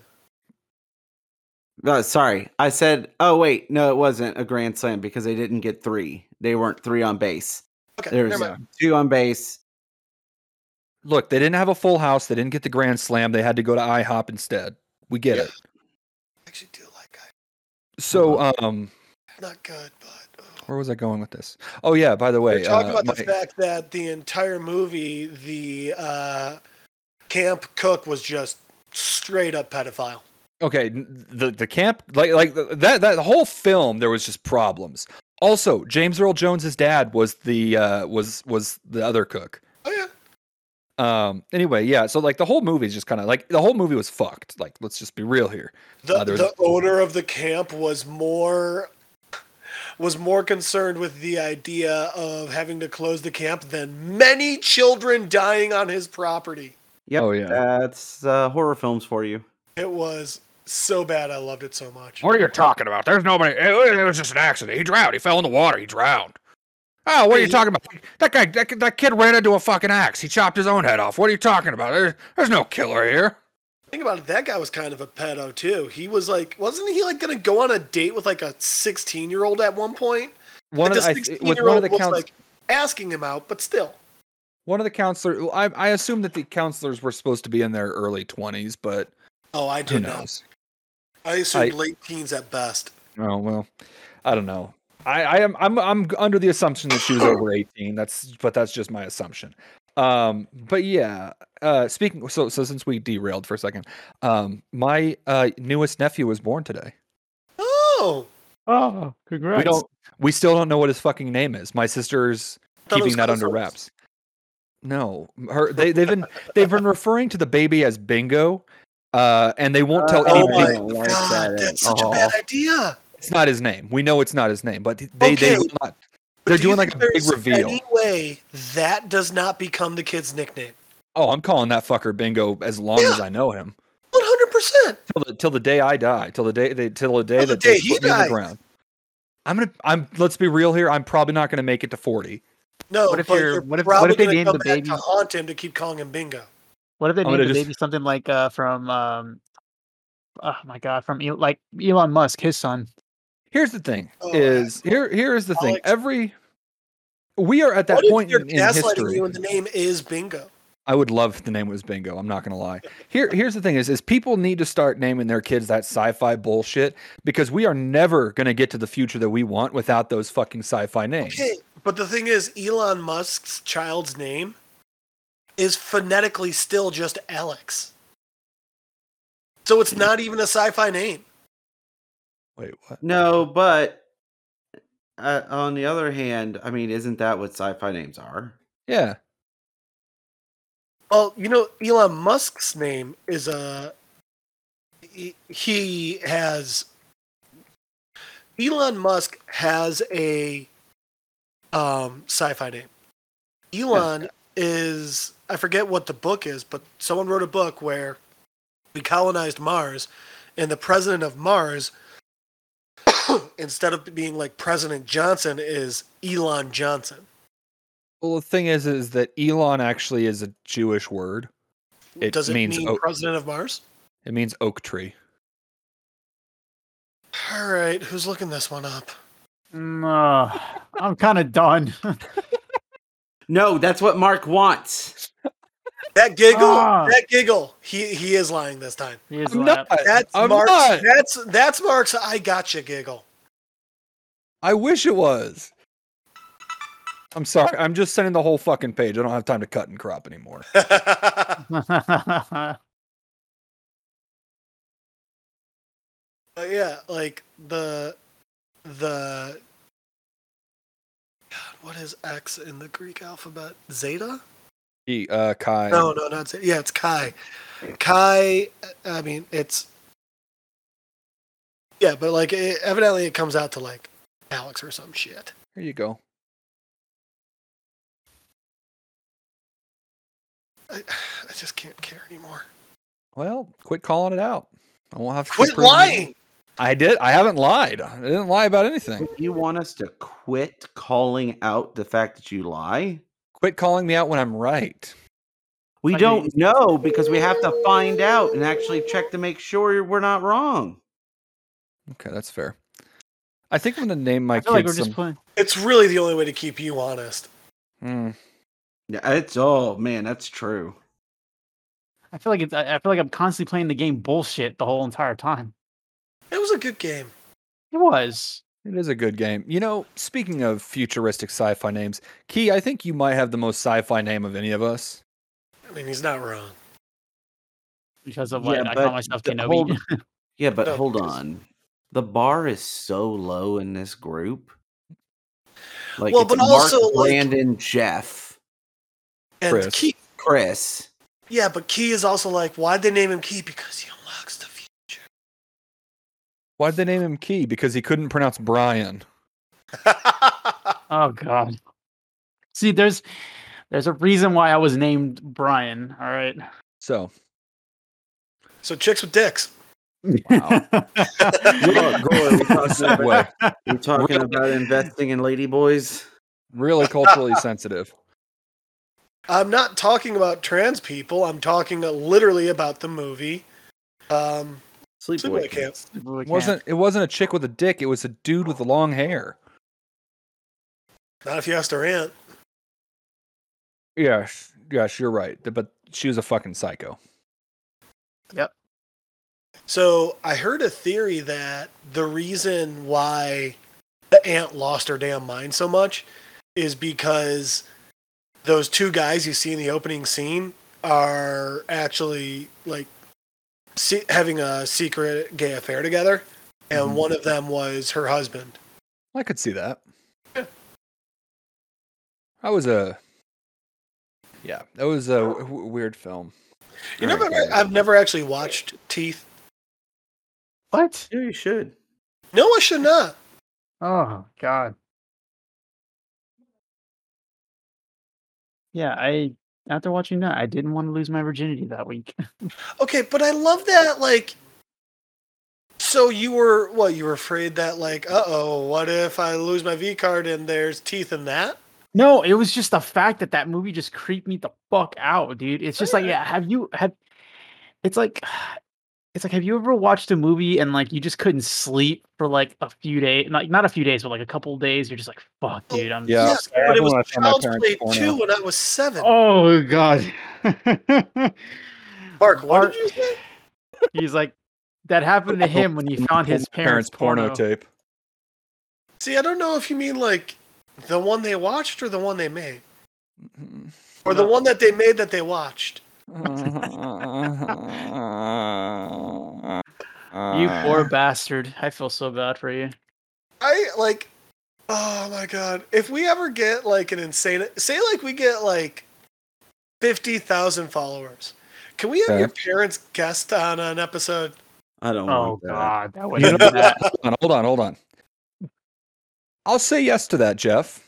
Speaker 4: Uh, sorry, I said. Oh wait, no, it wasn't a grand slam because they didn't get three. They weren't three on base.
Speaker 2: Okay,
Speaker 4: There
Speaker 2: never
Speaker 4: was
Speaker 2: mind.
Speaker 4: two on base.
Speaker 1: Look, they didn't have a full house. They didn't get the grand slam. They had to go to IHOP instead. We get
Speaker 2: Yeah.
Speaker 1: it.
Speaker 2: I actually do like I.
Speaker 1: So
Speaker 2: Uh-huh.
Speaker 1: um
Speaker 2: Not good, but. oh.
Speaker 1: where was I going with this? Oh yeah, by the way,
Speaker 2: We're talking
Speaker 1: uh,
Speaker 2: about
Speaker 1: my-
Speaker 2: the fact that the entire movie, the uh, camp cook was just straight up pedophile.
Speaker 1: okay n- the the camp like like th- that that whole film there was just problems also james earl jones's dad was the uh was was the other cook
Speaker 2: Oh yeah,
Speaker 1: um anyway yeah so like the whole movie is just kind of like the whole movie was fucked like let's just be real here
Speaker 2: the
Speaker 1: Uh, there was-
Speaker 2: the owner of the camp was more was more concerned with the idea of having to close the camp than many children dying on his property.
Speaker 4: Yep,
Speaker 1: Oh, yeah.
Speaker 4: that's uh, horror films for you.
Speaker 2: It was so bad. I loved it so much.
Speaker 1: what are you talking about there's nobody it, it was just an accident he drowned he fell in the water he drowned oh what are you
Speaker 2: Hey.
Speaker 1: talking about that guy that, kid- that kid ran into a fucking axe he chopped his own head off what are you talking about There- there's no killer here
Speaker 2: Think about it. That guy was kind of a pedo too. He was like, wasn't he like going to go on a date with like a 16 year old at one point?
Speaker 1: One
Speaker 2: like
Speaker 1: of,
Speaker 2: the
Speaker 1: I,
Speaker 2: 16
Speaker 1: with
Speaker 2: year
Speaker 1: one of
Speaker 2: old
Speaker 1: the
Speaker 2: was
Speaker 1: counts,
Speaker 2: like asking him out, but still.
Speaker 1: one of the counselors. I, I assume that the counselors were supposed to be in their early twenties, but
Speaker 2: Oh, I
Speaker 1: who
Speaker 2: did know.
Speaker 1: knows?
Speaker 2: I assumed
Speaker 1: I-
Speaker 2: late teens at best.
Speaker 1: Oh well, I don't know. I, I am I'm I'm under the assumption that she was over eighteen. That's but that's just my assumption. Um, but yeah. Uh, speaking so so since we derailed for a second, um, my uh newest nephew was born today.
Speaker 2: Oh,
Speaker 3: Oh, congrats.
Speaker 1: We don't we still don't know what his fucking name is. My sister's
Speaker 2: thought it was
Speaker 1: keeping that under
Speaker 2: Cousins.
Speaker 1: wraps. No, her they they've
Speaker 2: <laughs>
Speaker 1: been they've been referring to the baby as Bingo, uh, and they won't tell
Speaker 4: Uh,
Speaker 2: oh
Speaker 1: anybody.
Speaker 2: my
Speaker 4: don't like
Speaker 2: God,
Speaker 4: that
Speaker 2: that's
Speaker 4: at
Speaker 2: such a bad
Speaker 4: all.
Speaker 2: idea.
Speaker 1: It's not his name. We know it's not his name, but they they
Speaker 2: Okay.
Speaker 1: will not.
Speaker 2: But
Speaker 1: They're
Speaker 2: do you
Speaker 1: doing like
Speaker 2: think
Speaker 1: a big
Speaker 2: there's
Speaker 1: reveal.
Speaker 2: Any way that does not become the kid's nickname?
Speaker 1: Oh, I'm calling that fucker Bingo as long
Speaker 2: Yeah.
Speaker 1: as I know him.
Speaker 2: One hundred percent.
Speaker 1: Till the, till the day I die. Till the day they, till the day
Speaker 2: Till the
Speaker 1: that they
Speaker 2: day he
Speaker 1: put me in the
Speaker 2: dies.
Speaker 1: ground. I'm gonna. I'm. Let's be real here. I'm probably not gonna make it to 40.
Speaker 2: No,
Speaker 3: What if
Speaker 2: but
Speaker 3: you're-
Speaker 2: you're
Speaker 3: what if- what
Speaker 2: probably
Speaker 3: if they
Speaker 2: gonna
Speaker 3: named
Speaker 2: come
Speaker 3: the
Speaker 2: back
Speaker 3: baby-
Speaker 2: to haunt him to keep calling him Bingo?
Speaker 3: What if they
Speaker 1: I'm
Speaker 3: named
Speaker 1: gonna
Speaker 3: the
Speaker 1: just-
Speaker 3: baby something like uh from um oh my god, from El- like Elon Musk, his son.
Speaker 1: Here's the thing.
Speaker 2: Oh,
Speaker 1: is here? Here is the thing.
Speaker 2: Alex.
Speaker 1: Every we are at that
Speaker 2: What if
Speaker 1: point
Speaker 2: they're
Speaker 1: in, in
Speaker 2: gaslighting
Speaker 1: history.
Speaker 2: you and the name is Bingo?
Speaker 1: I would love if the name was Bingo. I'm not gonna lie. Here, here's the thing: is is people need to start naming their kids that sci-fi bullshit because we are never gonna get to the future that we want without those fucking sci-fi names.
Speaker 2: Okay, but the thing is, Elon Musk's child's name is phonetically still just Alex. So it's not even a sci-fi name.
Speaker 1: Wait, what?
Speaker 4: No, but uh, on the other hand, I mean, isn't that what sci-fi names are?
Speaker 1: Yeah,
Speaker 2: Well, Oh, you know, Elon Musk's name is a. he- He has. Elon Musk has a um, sci-fi name. Elon is I forget what the book is, but someone wrote a book where we colonized Mars, and the president of Mars, <coughs> instead of being like President Johnson, is Elon Johnson.
Speaker 1: Well, the thing is, is that Elon actually is a Jewish word. It
Speaker 2: Does it
Speaker 1: means
Speaker 2: mean
Speaker 1: oak.
Speaker 2: president of Mars?
Speaker 1: It means oak tree.
Speaker 2: All right, who's looking this one up?
Speaker 3: No, Mm, ah, I'm kind of done. <laughs>
Speaker 4: No, that's what Mark wants.
Speaker 2: That giggle,
Speaker 3: Ah.
Speaker 2: that giggle. He he is lying this time.
Speaker 3: Here's
Speaker 1: I'm
Speaker 3: what
Speaker 1: not.
Speaker 3: <laughs> happened.
Speaker 2: That's
Speaker 1: I'm
Speaker 2: Mark's.
Speaker 1: not.
Speaker 2: That's that's Mark's. I gotcha giggle. <laughs>
Speaker 1: I wish it was. I'm sorry. I'm just sending the whole fucking page. I don't have time to cut and crop anymore.
Speaker 2: But yeah, like the the. God, what is X in the Greek alphabet? Zeta?
Speaker 1: He, uh, Kai.
Speaker 2: No, no, not Zeta. Yeah, it's Chi. Chi. I mean, it's. Yeah, but like, it, evidently, it comes out to like Alex or some shit. <laughs>
Speaker 1: Here you go.
Speaker 2: I, I just can't care anymore.
Speaker 1: Well, quit calling it out. I won't have to. keep
Speaker 2: Quit
Speaker 1: proving it.
Speaker 2: lying.
Speaker 1: I did. I haven't lied. I didn't lie about anything.
Speaker 4: You want us to quit calling out the fact that you lie?
Speaker 1: Quit calling me out when I'm right.
Speaker 4: We
Speaker 3: Like, you-
Speaker 4: don't know because we have to find out and actually check to make sure we're not wrong.
Speaker 1: Okay, that's fair. I think I'm gonna name my
Speaker 3: I
Speaker 1: kids.
Speaker 3: feel like we're
Speaker 1: some,
Speaker 3: just playing.
Speaker 2: It's really the only way to keep you honest.
Speaker 1: Mm,
Speaker 4: Yeah, it's oh man, that's true.
Speaker 3: I feel like it's. I I feel like I'm constantly playing the game bullshit the whole entire time.
Speaker 2: It was a good game.
Speaker 3: It was.
Speaker 1: It is a good game. You know, speaking of futuristic sci-fi names, Key, I think you might have the most sci-fi name of any of us.
Speaker 2: I mean, he's not wrong.
Speaker 3: because of
Speaker 4: Yeah,
Speaker 3: what I
Speaker 4: but
Speaker 3: call myself
Speaker 4: the
Speaker 3: Kenobi.
Speaker 4: whole- Yeah, but
Speaker 2: No,
Speaker 4: hold
Speaker 2: because-
Speaker 4: on. The bar is so low in this group. Like
Speaker 2: Well,
Speaker 4: it's
Speaker 2: but also, like-
Speaker 4: Brandon, Jeff,
Speaker 2: And
Speaker 1: Chris.
Speaker 2: Key,
Speaker 4: Chris.
Speaker 2: yeah, but Key is also like, why'd they name him Key? Because he unlocks the future.
Speaker 1: Why did they name him Key? Because he couldn't pronounce Brian.
Speaker 3: <laughs> oh god. See, there's there's a reason why I was named Brian. All right.
Speaker 1: So
Speaker 2: <laughs> so chicks with dicks.
Speaker 1: Gore, Gore, we found a segue.
Speaker 2: <laughs>
Speaker 4: We're talking about investing in ladyboys.
Speaker 1: really
Speaker 3: <laughs>
Speaker 1: culturally sensitive.
Speaker 2: I'm not talking about trans people. I'm talking literally about the movie Um,
Speaker 4: Sleepaway
Speaker 2: Sleepaway
Speaker 4: Camp.
Speaker 2: Camp.
Speaker 3: It
Speaker 1: wasn't it wasn't a chick with a dick, it was a dude with the long hair.
Speaker 2: Not if you asked our aunt.
Speaker 1: Yes. Yes, you're right. But she was a fucking psycho.
Speaker 2: So I heard a theory that the reason why the aunt lost her damn mind so much is because those two guys you see in the opening scene are actually like se- having a secret gay affair together, and
Speaker 1: Mhm.
Speaker 2: one of them was her husband.
Speaker 1: I could see that.
Speaker 2: Yeah.
Speaker 1: That was a Yeah, that was a w- w- weird film.
Speaker 2: You
Speaker 1: All
Speaker 2: never,
Speaker 1: right, all right.
Speaker 2: I've never actually watched Teeth.
Speaker 3: What?
Speaker 4: Yeah, you should.
Speaker 2: No, I should not.
Speaker 3: Oh God. Yeah, I after watching that, I didn't want to lose my virginity that week. <laughs>
Speaker 2: Okay, but I love that. Like, so you were what? You were afraid that like, uh oh, what if I lose my V card and there's teeth in that?
Speaker 3: No, it was just the fact that that movie just creeped me the fuck out, dude. It's just <laughs> like,
Speaker 2: yeah.
Speaker 3: yeah, have you have? It's like, <sighs> it's like, have you ever watched a movie and like you just couldn't sleep for like a few days, like not a few days, but like a couple days? You're just like, fuck, dude, I'm
Speaker 1: Yeah.
Speaker 3: so scared.
Speaker 2: but it
Speaker 1: Everyone
Speaker 2: was
Speaker 1: I found my
Speaker 2: Child's
Speaker 1: parents
Speaker 2: Play
Speaker 1: porno.
Speaker 2: two when I was seven.
Speaker 3: Oh god. oh, <laughs>
Speaker 2: Mark, what
Speaker 3: Mark-
Speaker 2: did you say?
Speaker 3: He's like, that happened to him when he found his parents', porno.
Speaker 1: tape.
Speaker 2: See, I don't know if you mean like the one they watched or the one they made, or the
Speaker 3: No.
Speaker 2: one that they made that they watched.
Speaker 3: You poor bastard. I feel so bad for you.
Speaker 2: I like. Oh my god! If we ever get like an insane, say like we get like fifty thousand followers, can we have
Speaker 1: Okay.
Speaker 2: your parents guest on an episode?
Speaker 4: I don't
Speaker 3: Oh
Speaker 4: want that.
Speaker 3: god, that would
Speaker 1: You
Speaker 3: do <laughs>
Speaker 1: know
Speaker 3: that.
Speaker 1: <laughs> Hold on, hold on, hold on. I'll say yes to that, Jeff.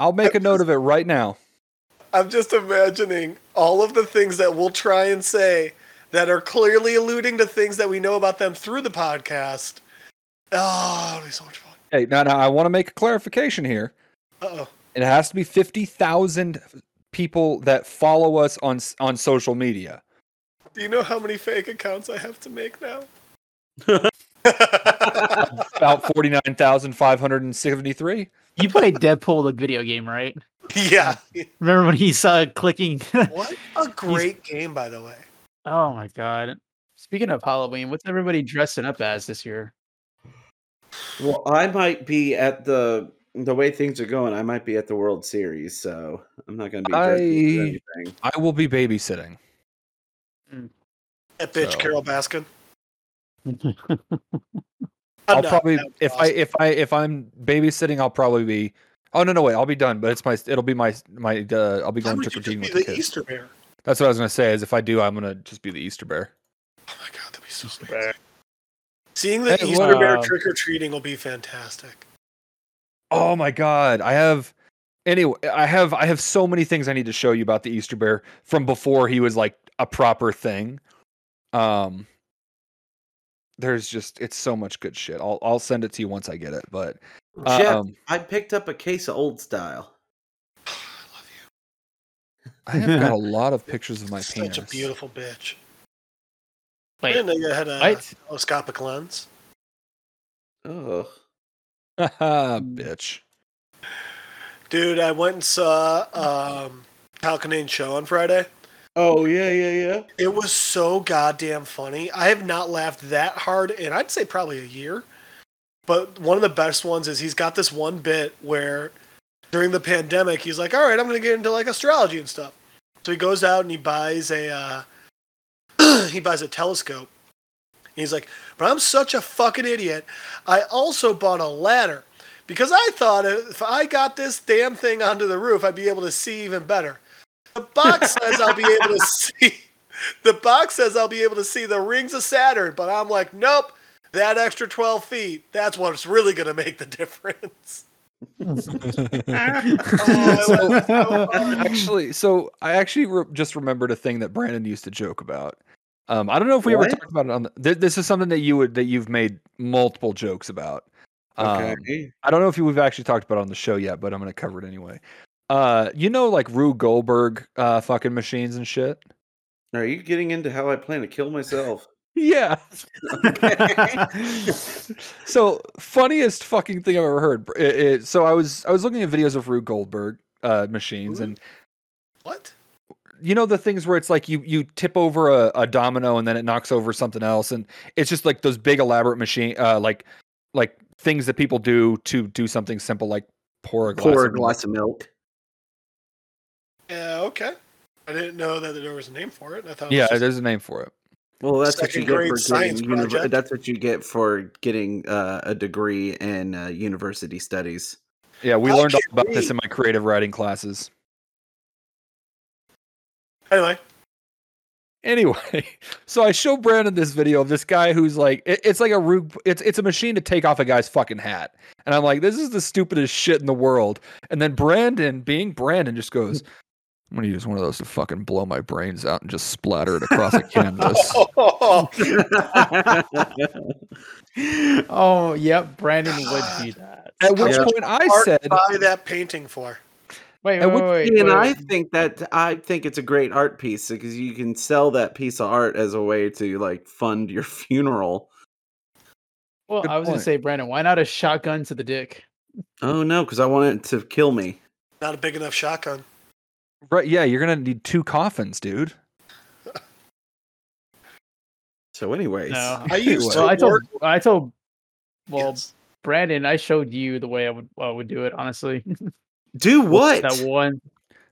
Speaker 1: I'll make a note of it right now.
Speaker 2: I'm just imagining all of the things that we'll try and say that are clearly alluding to things that we know about them through the podcast. Oh, it'll be so much fun.
Speaker 1: Hey, now, now I want to make a clarification here.
Speaker 2: Uh oh.
Speaker 1: It has to be fifty thousand people that follow us on s- on social media.
Speaker 2: Do you know how many fake accounts I have to make now? <laughs> <laughs>
Speaker 1: About forty nine thousand five hundred and seventy three.
Speaker 3: You played Deadpool the video game, right?
Speaker 2: yeah.
Speaker 3: Remember when he's uh clicking <laughs>
Speaker 2: What a great game, by the way.
Speaker 3: Oh my god. Speaking of Halloween, what's everybody dressing up as this <laughs> year?
Speaker 4: Well, I might be at the the way things are going. I might be at the World Series, so I'm not going to be. judging for
Speaker 1: I-
Speaker 4: anything.
Speaker 1: I will be babysitting.
Speaker 2: That bitch,
Speaker 1: So-
Speaker 2: Carol Baskin. I'm
Speaker 1: I'll
Speaker 2: not-
Speaker 1: probably
Speaker 2: I'm
Speaker 1: if I
Speaker 2: lost.
Speaker 1: if I if I'm babysitting, I'll probably be. Oh no no wait! I'll be done, but it's my it'll be my my. Uh, I'll be
Speaker 2: Why
Speaker 1: going
Speaker 2: would
Speaker 1: trick
Speaker 2: you
Speaker 1: or
Speaker 2: just
Speaker 1: treating
Speaker 2: be
Speaker 1: with the
Speaker 2: the
Speaker 1: kids.
Speaker 2: Easter bear?
Speaker 1: That's what I was gonna say. Is if I do, I'm gonna just be the Easter bear.
Speaker 2: Oh my god, that'd be so amazing. Seeing the
Speaker 1: Hey,
Speaker 2: Easter bear
Speaker 3: wow.
Speaker 2: trick or treating will be fantastic.
Speaker 1: Oh my god! I have anyway. I have I have so many things I need to show you about the Easter bear from before he was like a proper thing. Um, there's just it's so much good shit. I'll I'll send it to you once I get it. But
Speaker 3: uh,
Speaker 4: Jeff,
Speaker 1: um,
Speaker 4: I picked up a case of old style.
Speaker 1: I have
Speaker 2: <laughs>
Speaker 1: got a lot of pictures of my
Speaker 2: Such
Speaker 1: penis.
Speaker 2: a beautiful bitch. I
Speaker 3: Wait,
Speaker 2: didn't know you had a
Speaker 3: what?
Speaker 2: telescopic lens.
Speaker 4: Oh,
Speaker 1: <laughs> bitch.
Speaker 2: Dude, I went and saw um Calcanine show on Friday.
Speaker 4: oh yeah, yeah, yeah.
Speaker 2: It was so goddamn funny. I have not laughed that hard in I'd say probably a year. But one of the best ones is he's got this one bit where during the pandemic he's like, "All right, I'm going to get into like astrology and stuff." So he goes out and he buys a uh, <clears throat> he buys a telescope. And he's like, "But I'm such a fucking idiot. I also bought a ladder because I thought if I got this damn thing onto the roof, I'd be able to see even better. The box says I'll be able to <laughs> see. The box says I'll be able to see the rings of Saturn, but I'm like, nope. That extra 12 feet, that's what's really going to make the <laughs> difference. Oh, I love it <laughs> so much.
Speaker 1: actually, so I actually re- just remembered a thing that Brandon used to joke about. Um, I don't know if we
Speaker 4: What?
Speaker 1: ever talked about it on. The, th- this is something that you would that you've made multiple jokes about. Um,
Speaker 4: <laughs> Okay.
Speaker 1: I don't know if you, we've actually talked about it on the show yet, but I'm going to cover it anyway. Uh, you know, like Rue Goldberg uh, fucking machines and shit.
Speaker 4: Are you getting into how I plan to kill myself?
Speaker 1: Yeah.
Speaker 4: <laughs>
Speaker 1: so funniest fucking thing I've ever heard. br- it- it- so I was I was looking at videos of Rube Goldberg uh, machines, and
Speaker 2: What?
Speaker 1: you know the things where it's like you you tip over a, a domino and then it knocks over something else, and it's just like those big elaborate machine uh, like like things that people do to do something simple like pour a glass.
Speaker 4: Pour
Speaker 1: of
Speaker 4: a glass of milk.
Speaker 2: Yeah, okay. I didn't know that there was a name for it. I thought
Speaker 1: milk. Yeah,
Speaker 2: it was just-
Speaker 1: there's a name for it.
Speaker 4: Well, that's what you
Speaker 2: Second
Speaker 4: get
Speaker 2: grade
Speaker 4: for
Speaker 2: science
Speaker 4: getting univer-
Speaker 2: project.
Speaker 4: that's what you get for getting uh, a degree in uh, university studies. <laughs>
Speaker 1: Yeah, we
Speaker 2: I
Speaker 1: learned all
Speaker 2: can't
Speaker 1: about this
Speaker 2: read.
Speaker 1: in my creative writing classes.
Speaker 2: <laughs> anyway.
Speaker 1: Anyway, <laughs> so I show Brandon this video of this guy who's like, it- it's like a Rube, it's it's a machine to take off a guy's fucking hat, and I'm like, this is the stupidest shit in the world. And then Brandon, being Brandon, just goes, I'm gonna use one of those to fucking blow my brains out and just splatter it <laughs> across a canvas.
Speaker 3: Oh, yep. Brandon would do that.
Speaker 1: At which
Speaker 4: Yeah.
Speaker 1: point I
Speaker 2: Art
Speaker 1: said,
Speaker 2: buy that painting for.
Speaker 3: Wait, wait,
Speaker 1: And
Speaker 3: wait.
Speaker 1: what-
Speaker 3: wait,
Speaker 4: and
Speaker 3: wait.
Speaker 4: I think that I think it's a great art piece because you can sell that piece of art as a way to like fund your <laughs> funeral.
Speaker 3: well,
Speaker 1: good
Speaker 3: I was going
Speaker 1: point.
Speaker 3: to say, Brandon, why not a shotgun to the dick?
Speaker 4: Oh no, because I want it to kill me.
Speaker 2: Not a big enough shotgun.
Speaker 1: right, yeah, you're gonna need two coffins, dude.
Speaker 4: So, anyways,
Speaker 3: No.
Speaker 2: I
Speaker 1: Anyway.
Speaker 2: used to
Speaker 3: Well, I told,
Speaker 2: work
Speaker 3: I told, well,
Speaker 2: Yes.
Speaker 3: Brandon, I showed you the way I would, I would do it, honestly. <laughs>
Speaker 4: do what?
Speaker 3: That one,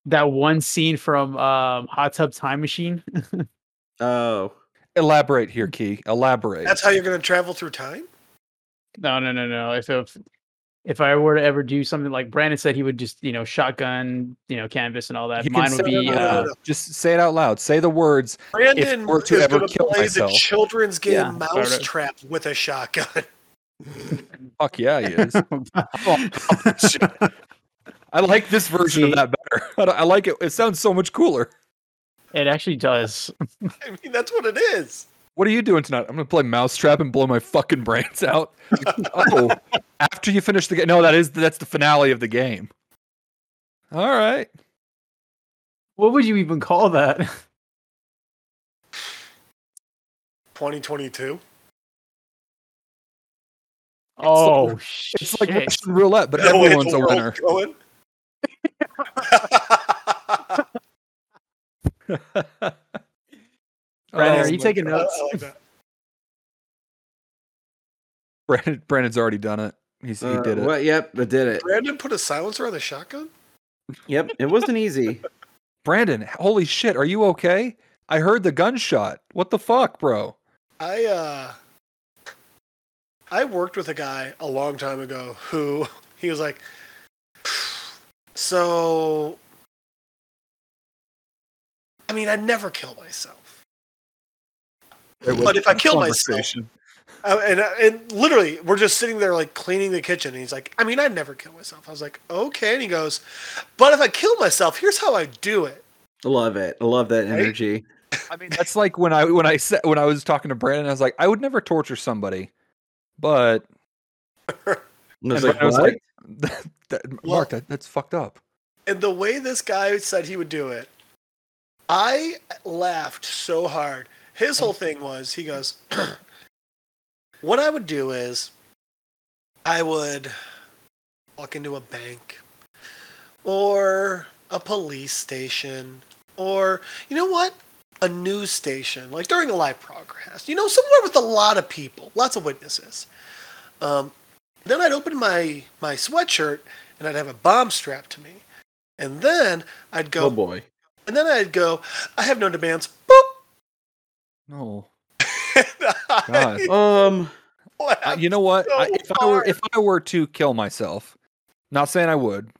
Speaker 3: that one scene from um, Hot Tub Time Machine.
Speaker 4: oh,
Speaker 1: Elaborate here, Key. Elaborate.
Speaker 2: That's how you're going to travel through time?
Speaker 3: No, no, no, no. If if if I were to ever do something like Brandon said, he would just you know shotgun, you know, canvas and all that.
Speaker 1: You can
Speaker 3: Mine
Speaker 1: say
Speaker 3: would
Speaker 1: it
Speaker 3: be
Speaker 1: out
Speaker 3: uh,
Speaker 1: loud. just say it out loud. Say the words.
Speaker 2: Brandon
Speaker 1: were to
Speaker 2: is
Speaker 1: ever
Speaker 2: going to
Speaker 1: kill
Speaker 2: play
Speaker 1: myself-
Speaker 2: the children's game
Speaker 3: Yeah.
Speaker 2: Mousetrap with a shotgun. <laughs>
Speaker 1: Fuck yeah, he
Speaker 3: <laughs>
Speaker 1: is. Oh, I like this version of
Speaker 3: See?
Speaker 1: that better. <laughs> I, don't- I like it. It sounds so much cooler.
Speaker 3: it actually does.
Speaker 2: I mean, that's what it is.
Speaker 1: What are you doing tonight? I'm gonna play mousetrap and blow my fucking brains out. <laughs> oh, after you finish the game. No, that is that's the finale of the game. All right.
Speaker 3: What would you even call that?
Speaker 2: 2022.
Speaker 3: oh shit!
Speaker 1: It's like Russian roulette, but
Speaker 2: No way
Speaker 1: everyone's
Speaker 2: the
Speaker 1: a
Speaker 2: world's
Speaker 1: winner.
Speaker 2: Going. <laughs>
Speaker 3: Brandon, <laughs>
Speaker 1: <laughs> Oh
Speaker 3: are you
Speaker 1: my
Speaker 3: taking
Speaker 1: God.
Speaker 3: notes?
Speaker 2: I like that.
Speaker 1: Brandon, Brandon's already done it. He's, he
Speaker 4: Uh,
Speaker 1: did it.
Speaker 4: What? Yep, I did it.
Speaker 2: Brandon put a silencer on the shotgun?
Speaker 4: Yep, it wasn't easy.
Speaker 1: Brandon, holy shit, are you okay? I heard the gunshot. What the fuck, bro?
Speaker 2: I uh I worked with a guy a long time ago who <laughs> he was like so I mean I'd never kill myself. But if I kill myself uh, and and literally we're just sitting there like cleaning the kitchen and he's like I mean I'd never kill myself. I was like okay and he goes but if I kill myself here's how I do it.
Speaker 4: Love it. I love that
Speaker 2: Right?
Speaker 4: energy.
Speaker 1: I mean, <laughs> that's like when I when I said when I was talking to Brandon, I was like, I would never torture somebody, but
Speaker 4: And I
Speaker 1: And
Speaker 4: was like,
Speaker 1: I was
Speaker 4: "What?"
Speaker 1: like- <laughs> that, that-
Speaker 2: Well-
Speaker 1: Mark, that, that's fucked up.
Speaker 2: And the way this guy said he would do it, I laughed so hard. His whole thing was he goes, <clears throat> What I would do is I would walk into a bank or a police station or, you know what? A news station, like during a live broadcast, you know, somewhere with a lot of people, lots of witnesses. Um, then I'd open my, my sweatshirt and I'd have a bomb strapped to me. And then I'd go,
Speaker 4: oh boy.
Speaker 2: and then I'd go, I have no demands. Boop. <laughs>
Speaker 1: No,
Speaker 2: And <laughs>
Speaker 1: God.
Speaker 4: Um.
Speaker 2: I
Speaker 1: I,
Speaker 2: laughed.
Speaker 1: you know what? I,
Speaker 2: so
Speaker 1: if I were
Speaker 2: hard.
Speaker 1: if I were to kill myself, not saying I would,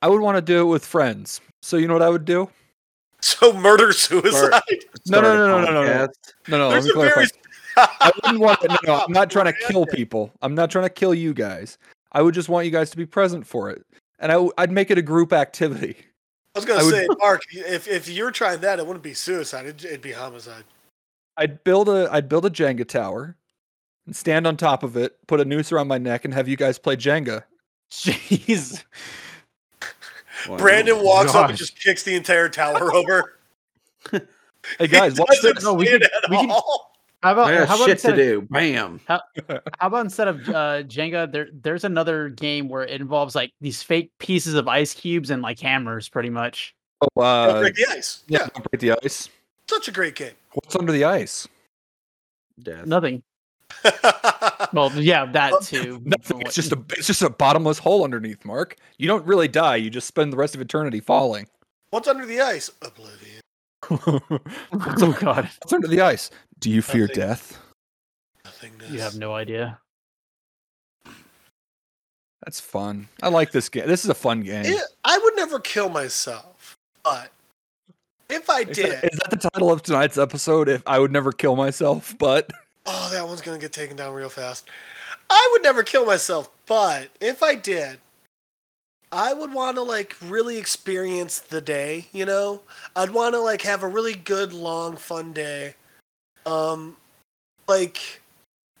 Speaker 1: I would want to do it with friends. So you know what I would do?
Speaker 2: so murder suicide.
Speaker 1: No, no,
Speaker 4: start a
Speaker 1: no, no, no, no, no.
Speaker 4: podcast.
Speaker 1: No, no,
Speaker 2: There's
Speaker 1: let me
Speaker 2: a
Speaker 1: clarify.
Speaker 2: very.
Speaker 1: I wouldn't want. To, no, no, I'm not trying
Speaker 2: <laughs>
Speaker 1: to kill people. I'm not trying to kill you guys. I would just want you guys to be present for it, and I w- I'd make it a group activity.
Speaker 2: I was gonna
Speaker 1: I would-
Speaker 2: say, Mark, if if you're trying that, it wouldn't be suicide. It'd, it'd be homicide.
Speaker 1: I'd build a I'd build a Jenga tower and stand on top of it, put a noose around my neck, and have you guys play Jenga.
Speaker 3: <laughs> Jeez.
Speaker 4: Wow.
Speaker 1: Oh,
Speaker 2: Brandon walks up and <laughs>
Speaker 3: Gosh.
Speaker 2: just kicks the entire tower over. <laughs>
Speaker 1: Hey guys, watch
Speaker 2: Doesn't
Speaker 1: this.
Speaker 3: No, we
Speaker 2: say
Speaker 3: could-
Speaker 2: it at
Speaker 3: we could-
Speaker 2: all.
Speaker 3: How about
Speaker 4: I
Speaker 3: how
Speaker 4: got
Speaker 3: about
Speaker 4: shit to
Speaker 3: instead of,
Speaker 4: do. Bam.
Speaker 3: how about instead of uh, Jenga, there there's another game where it involves like these fake pieces of ice cubes and like hammers, pretty much.
Speaker 1: Oh,
Speaker 2: Don't
Speaker 1: uh,
Speaker 2: break the ice.
Speaker 1: yeah,
Speaker 2: Yeah,
Speaker 1: don't break the ice.
Speaker 2: such a great game. <laughs>
Speaker 1: What's under the ice?
Speaker 4: Death.
Speaker 3: Nothing. Well, yeah, <laughs> that too.
Speaker 1: Nothing. It's just a it's just a bottomless hole underneath, Mark. You don't really die. You just spend the rest of eternity
Speaker 2: <laughs>
Speaker 1: falling.
Speaker 2: What's under the ice? Oblivion.
Speaker 1: What's
Speaker 3: oh god,
Speaker 1: under the ice? Do you fear
Speaker 2: Nothing.
Speaker 1: death?
Speaker 2: Nothingness.
Speaker 3: <laughs> you have no <laughs> idea.
Speaker 1: That's fun. I like this game. This is a fun game.
Speaker 2: Yeah, I would never kill myself, but if I
Speaker 1: Is that-
Speaker 2: did,
Speaker 1: is that the title of tonight's episode? If I would never kill myself, but
Speaker 2: oh, that one's gonna get taken down real fast. I would never kill myself, but if I did, I would want to like really experience the day. You know, I'd want to like have a really good, long, fun day. Um, like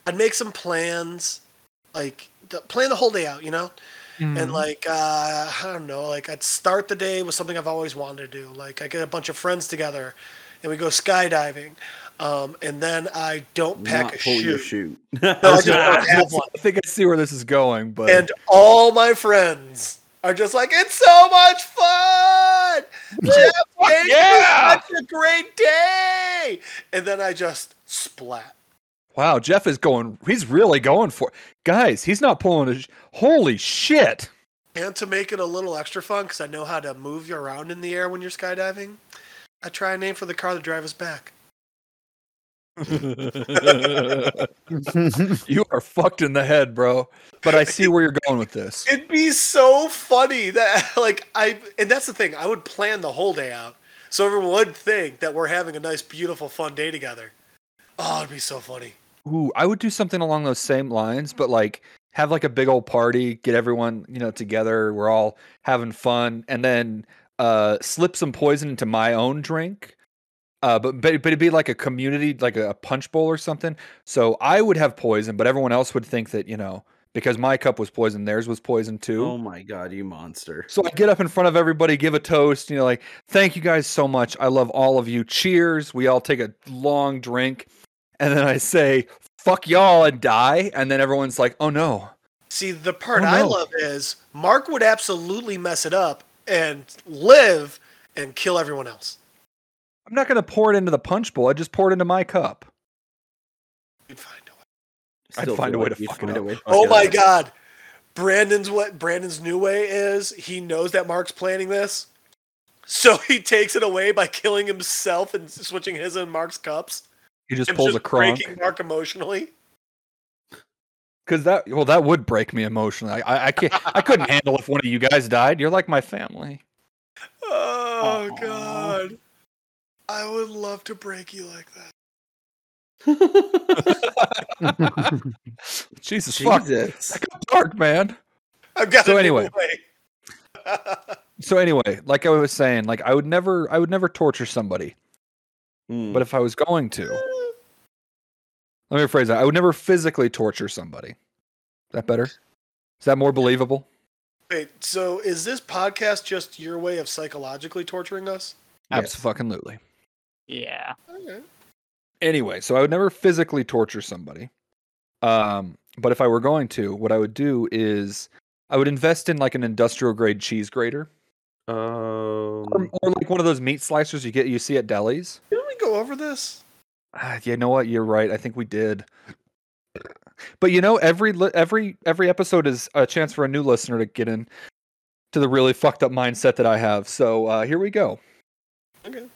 Speaker 2: I'd make some plans, like the, plan the whole day out. You know,
Speaker 4: Mm-hmm.
Speaker 2: and like uh, I don't know, like I'd start the day with something I've always wanted to do. Like I get a bunch of friends together, and we go skydiving, um, and then I don't pack
Speaker 4: Not
Speaker 2: a
Speaker 4: pull your
Speaker 2: shoe,
Speaker 4: shoot. <laughs>
Speaker 2: No, I just don't have one.
Speaker 1: <laughs> I think I see where this is going, but
Speaker 2: and all my friends are just like, "It's so much fun!
Speaker 1: <laughs>
Speaker 2: Jeff, thank you,
Speaker 1: yeah!"
Speaker 2: such a great day!" And then I just splat.
Speaker 1: wow, Jeff is going. He's really going for guys. He's not pulling his. Holy shit! <laughs>
Speaker 2: And to make it a little extra fun, because I know how to move you around in the air when you're skydiving, I try a name for the car that drives us back.
Speaker 3: <laughs>
Speaker 1: You are fucked in the head, bro. But I see where you're going with this.
Speaker 2: It'd be so funny that <laughs> like I and that's the thing. I would plan the whole day out so everyone would think that we're having a nice, beautiful, fun day together. Oh, it'd be so funny.
Speaker 1: Ooh, I would do something along those same lines, but like have like a big old party, get everyone, you know, together. We're all having fun, and then uh slip some poison into my own drink. Uh, but, but but it'd be like a community, like a punch bowl or something. So I would have poison, but everyone else would think that you know because my cup was poison, theirs was poison too.
Speaker 4: Oh my god, you monster.
Speaker 1: So I get up in front of everybody, give a toast, you know, like, thank you guys so much. I love all of you. Cheers. We all take a long drink. And then I say, fuck y'all and die. And then everyone's like, oh no.
Speaker 2: See, the part
Speaker 1: Oh,
Speaker 2: I
Speaker 1: no.
Speaker 2: love is Mark would absolutely mess it up and live and kill everyone else.
Speaker 1: I'm not going to pour it into the punch bowl. I just pour it into my cup.
Speaker 2: You'd find a way.
Speaker 4: Still
Speaker 1: find
Speaker 4: feel
Speaker 1: a way
Speaker 4: like
Speaker 1: to
Speaker 4: you'd
Speaker 1: fuck it
Speaker 4: find
Speaker 1: up.
Speaker 4: a way to
Speaker 2: Oh
Speaker 4: fuck it
Speaker 2: my
Speaker 4: up. <laughs>
Speaker 2: god. Brandon's what Brandon's new way is he knows that Mark's planning this. So <laughs> he takes it away by killing himself and switching his and Mark's cups.
Speaker 1: He just
Speaker 2: Him
Speaker 1: pulls a crunk.
Speaker 2: breaking Mark emotionally.
Speaker 1: Because that, well, that would break me emotionally. I, I, I can't, I couldn't <laughs> handle if one of you guys died. You're like my family.
Speaker 2: Oh
Speaker 3: Aw.
Speaker 2: god. I would love to break you like that.
Speaker 1: Jesus, fuck. That
Speaker 4: Jesus.
Speaker 1: got dark, man.
Speaker 2: I've got
Speaker 1: So
Speaker 2: a new
Speaker 1: anyway.
Speaker 2: way. <laughs>
Speaker 1: So anyway, like I was saying, like I would never, I would never torture somebody.
Speaker 4: Mm.
Speaker 1: But if I was going to, let me rephrase that. I would never physically torture somebody. Is that better? Is that more believable?
Speaker 2: Wait, so is this podcast just your way of psychologically torturing us?
Speaker 1: Yes. Absolutely.
Speaker 3: yeah,
Speaker 2: Okay.
Speaker 1: Anyway, so I would never physically torture somebody. Um, but if I were going to, what I would do is I would invest in like an industrial grade cheese grater or,
Speaker 4: Um,
Speaker 1: or like one of those meat slicers you get you see at delis.
Speaker 2: Didn't we go over this?
Speaker 1: Ah, you know what? You're right. I think we did. But you know, every li- every every episode is a chance for a new listener to get in to the really fucked up mindset that I have. So uh, here we go.
Speaker 2: Okay.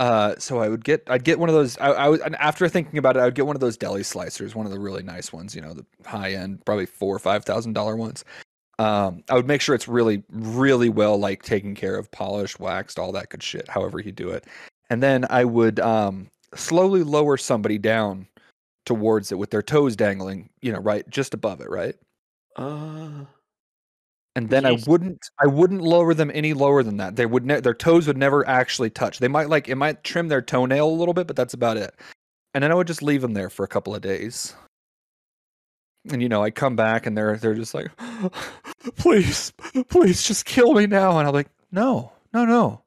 Speaker 1: Uh, so I would get I'd get one of those. I, I was and after thinking about it, I would get one of those deli slicers, one of the really nice ones. You know, the high end, probably four or five thousand dollar ones. Um, I would make sure it's really, really well like taken care of, polished, waxed, all that good shit. However you do it, and then I would um slowly lower somebody down towards it with their toes dangling, you know, right just above it, right?
Speaker 4: uh,
Speaker 1: And then
Speaker 3: Jeez.
Speaker 1: I wouldn't I wouldn't lower them any lower than that. They would ne- their toes would never actually touch. They might like it might trim their toenail a little bit, but that's about it. And then I would just leave them there for a couple of days. And you know, I come back and they're they're just like, <gasps> please, please just kill me now. And I'm like, no, no, no.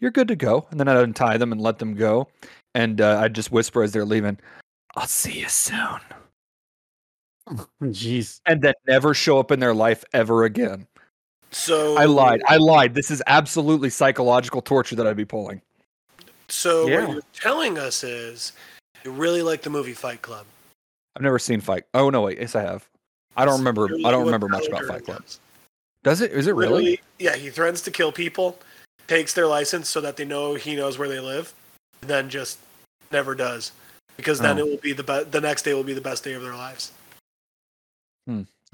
Speaker 1: you're good to go. And then I'd untie them and let them go. And uh, I'd just whisper as they're leaving, I'll see you soon.
Speaker 3: Jeez.
Speaker 1: And then never show up in their life ever again.
Speaker 2: So
Speaker 1: I lied. I lied. This is absolutely psychological torture that I'd be pulling.
Speaker 2: So
Speaker 4: Yeah.
Speaker 2: what you're telling us is you really like the movie Fight Club.
Speaker 1: I've never seen Fight. Oh no, wait, yes I have. I don't remember.
Speaker 2: Really
Speaker 1: I don't
Speaker 2: what
Speaker 1: remember much
Speaker 2: Tyler
Speaker 1: about Fight
Speaker 2: Durden
Speaker 1: Club.
Speaker 2: does.
Speaker 1: Does it? Is it really?
Speaker 2: Literally, Yeah, he threatens to kill people, takes their license so that they know he knows where they live, and then just never does. Because then
Speaker 1: Oh.
Speaker 2: it will be the be- the next day will be the best day of their lives.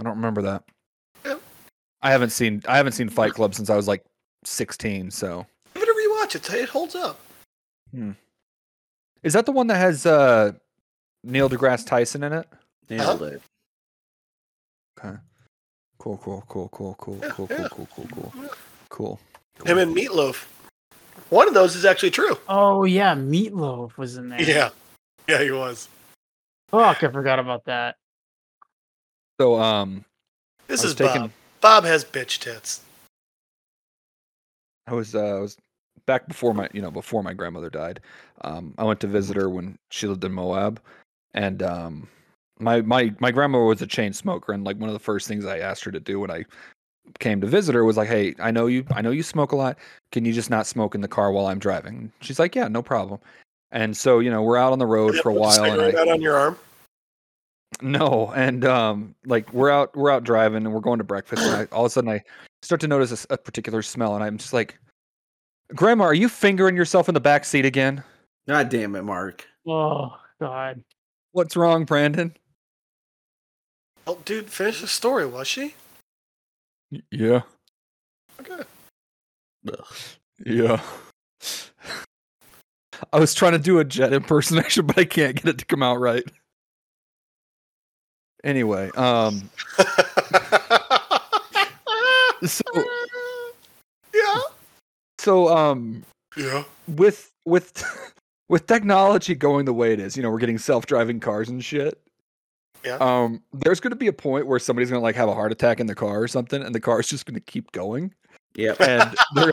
Speaker 1: I don't remember that.
Speaker 2: Yeah.
Speaker 1: I haven't seen. I haven't seen Fight Club since I was like 16. So
Speaker 2: Give it a rewatch. It, it holds up.
Speaker 1: is that the one that has uh, Neil deGrasse Tyson in it?
Speaker 4: Nailed it.
Speaker 1: Okay. Cool. Cool. Cool. Cool. Cool.
Speaker 2: Yeah,
Speaker 1: cool.
Speaker 2: yeah.
Speaker 1: Cool. Cool. Cool. Cool. Cool.
Speaker 2: Him and Meatloaf. One of those is actually true.
Speaker 3: Oh yeah, meatloaf was in there.
Speaker 2: Yeah. Yeah, he was.
Speaker 3: Fuck, I forgot about that.
Speaker 1: So um,
Speaker 2: This
Speaker 1: I was
Speaker 2: is
Speaker 1: taking-
Speaker 2: Bob. Bob has bitch tits.
Speaker 1: I was uh, I was back before my you know before my grandmother died. Um, I went to visit her when she lived in Moab, and um, my my my grandmother was a chain smoker, and like one of the first things I asked her to do when I came to visit her was like, "Hey, I know you I know you smoke a lot. Can you just not smoke in the car while I'm driving?" She's like, "Yeah, no problem." And so you know we're out on the
Speaker 2: <laughs>
Speaker 1: road for a
Speaker 2: Put the
Speaker 1: while, and I,
Speaker 2: cigarette out on your arm.
Speaker 1: no, and um, like we're out, we're out driving, and we're going to breakfast. And I, all of a sudden, I start to notice a s- a, particular smell, and I'm just like, "Grandma, are you fingering yourself in the back seat again?
Speaker 4: God damn it, Mark.
Speaker 3: Oh god.
Speaker 1: What's wrong, Brandon?"
Speaker 2: Oh, dude, finish the story, was <laughs> she?
Speaker 1: yeah,
Speaker 2: Okay.
Speaker 1: yeah. <laughs> I was trying to do a jet impersonation, but I can't get it to come out right. Anyway, um, so
Speaker 2: yeah.
Speaker 1: so um,
Speaker 2: Yeah.
Speaker 1: with with <laughs> with technology going the way it is, you know, we're getting self-driving cars and shit.
Speaker 2: Yeah.
Speaker 1: Um, there's going to be a point where somebody's going to like have a heart attack in the car or something, and the car's just going to keep going.
Speaker 2: <laughs>
Speaker 4: Yep.
Speaker 1: And they're,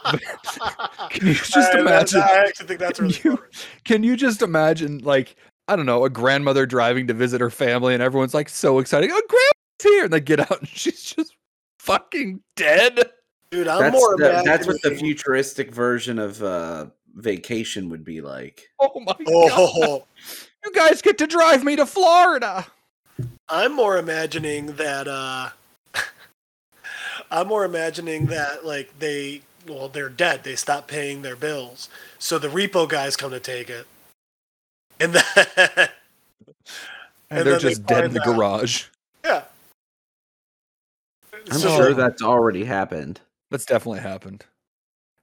Speaker 1: can you just
Speaker 2: I- that's-
Speaker 1: imagine?
Speaker 2: I actually think that's
Speaker 1: Can
Speaker 2: really
Speaker 1: <laughs> you-
Speaker 2: funny.
Speaker 1: Can you just imagine like I don't know a grandmother driving to visit her family, and everyone's like so excited. Oh, grandma's here, and they get out, and <laughs> she's just fucking dead.
Speaker 2: Dude, I'm
Speaker 4: That's,
Speaker 2: more
Speaker 4: the, that's what the
Speaker 2: imagining-
Speaker 4: futuristic version of uh, vacation would be like.
Speaker 1: Oh my god!
Speaker 2: Oh,
Speaker 1: You guys get to drive me to Florida.
Speaker 2: I'm more imagining that. uh <laughs> I'm more imagining that like they well they're dead. They stop paying their bills, so the repo guys come to take it, and <laughs> then
Speaker 1: And,
Speaker 2: And
Speaker 1: they're
Speaker 2: then they
Speaker 1: just dead in
Speaker 2: find
Speaker 1: the
Speaker 2: out.
Speaker 1: garage.
Speaker 2: yeah.
Speaker 4: I'm
Speaker 2: So,
Speaker 4: sure
Speaker 2: like,
Speaker 4: that's already happened.
Speaker 1: That's definitely happened.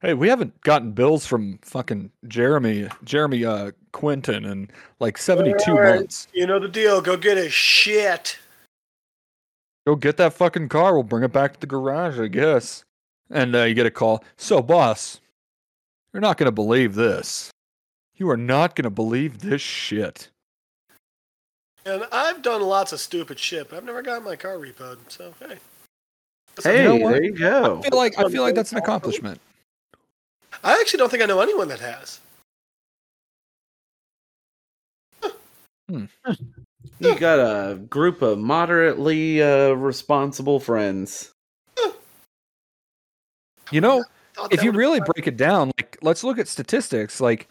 Speaker 1: Hey, we haven't gotten bills from fucking Jeremy Jeremy uh Quinton in like 72
Speaker 2: Alright.
Speaker 1: months.
Speaker 2: you know the deal. Go get his shit.
Speaker 1: Go get that fucking car. We'll bring it back to the garage, I guess. And uh, you get a call. So, boss, you're not going to believe this. You are not going to believe this shit.
Speaker 2: And I've done lots of stupid shit, but I've never gotten my car repoed. So hey,
Speaker 4: Hey,
Speaker 1: know what?
Speaker 4: there you
Speaker 1: I
Speaker 4: go.
Speaker 1: feel like I feel like that's an accomplishment.
Speaker 2: I actually don't think I know anyone that has.
Speaker 4: You got a group of moderately uh, responsible friends.
Speaker 1: You know,
Speaker 2: Thought
Speaker 1: if
Speaker 2: that
Speaker 1: you
Speaker 2: would've
Speaker 1: really
Speaker 2: been-
Speaker 1: break it down, like let's look at statistics. Like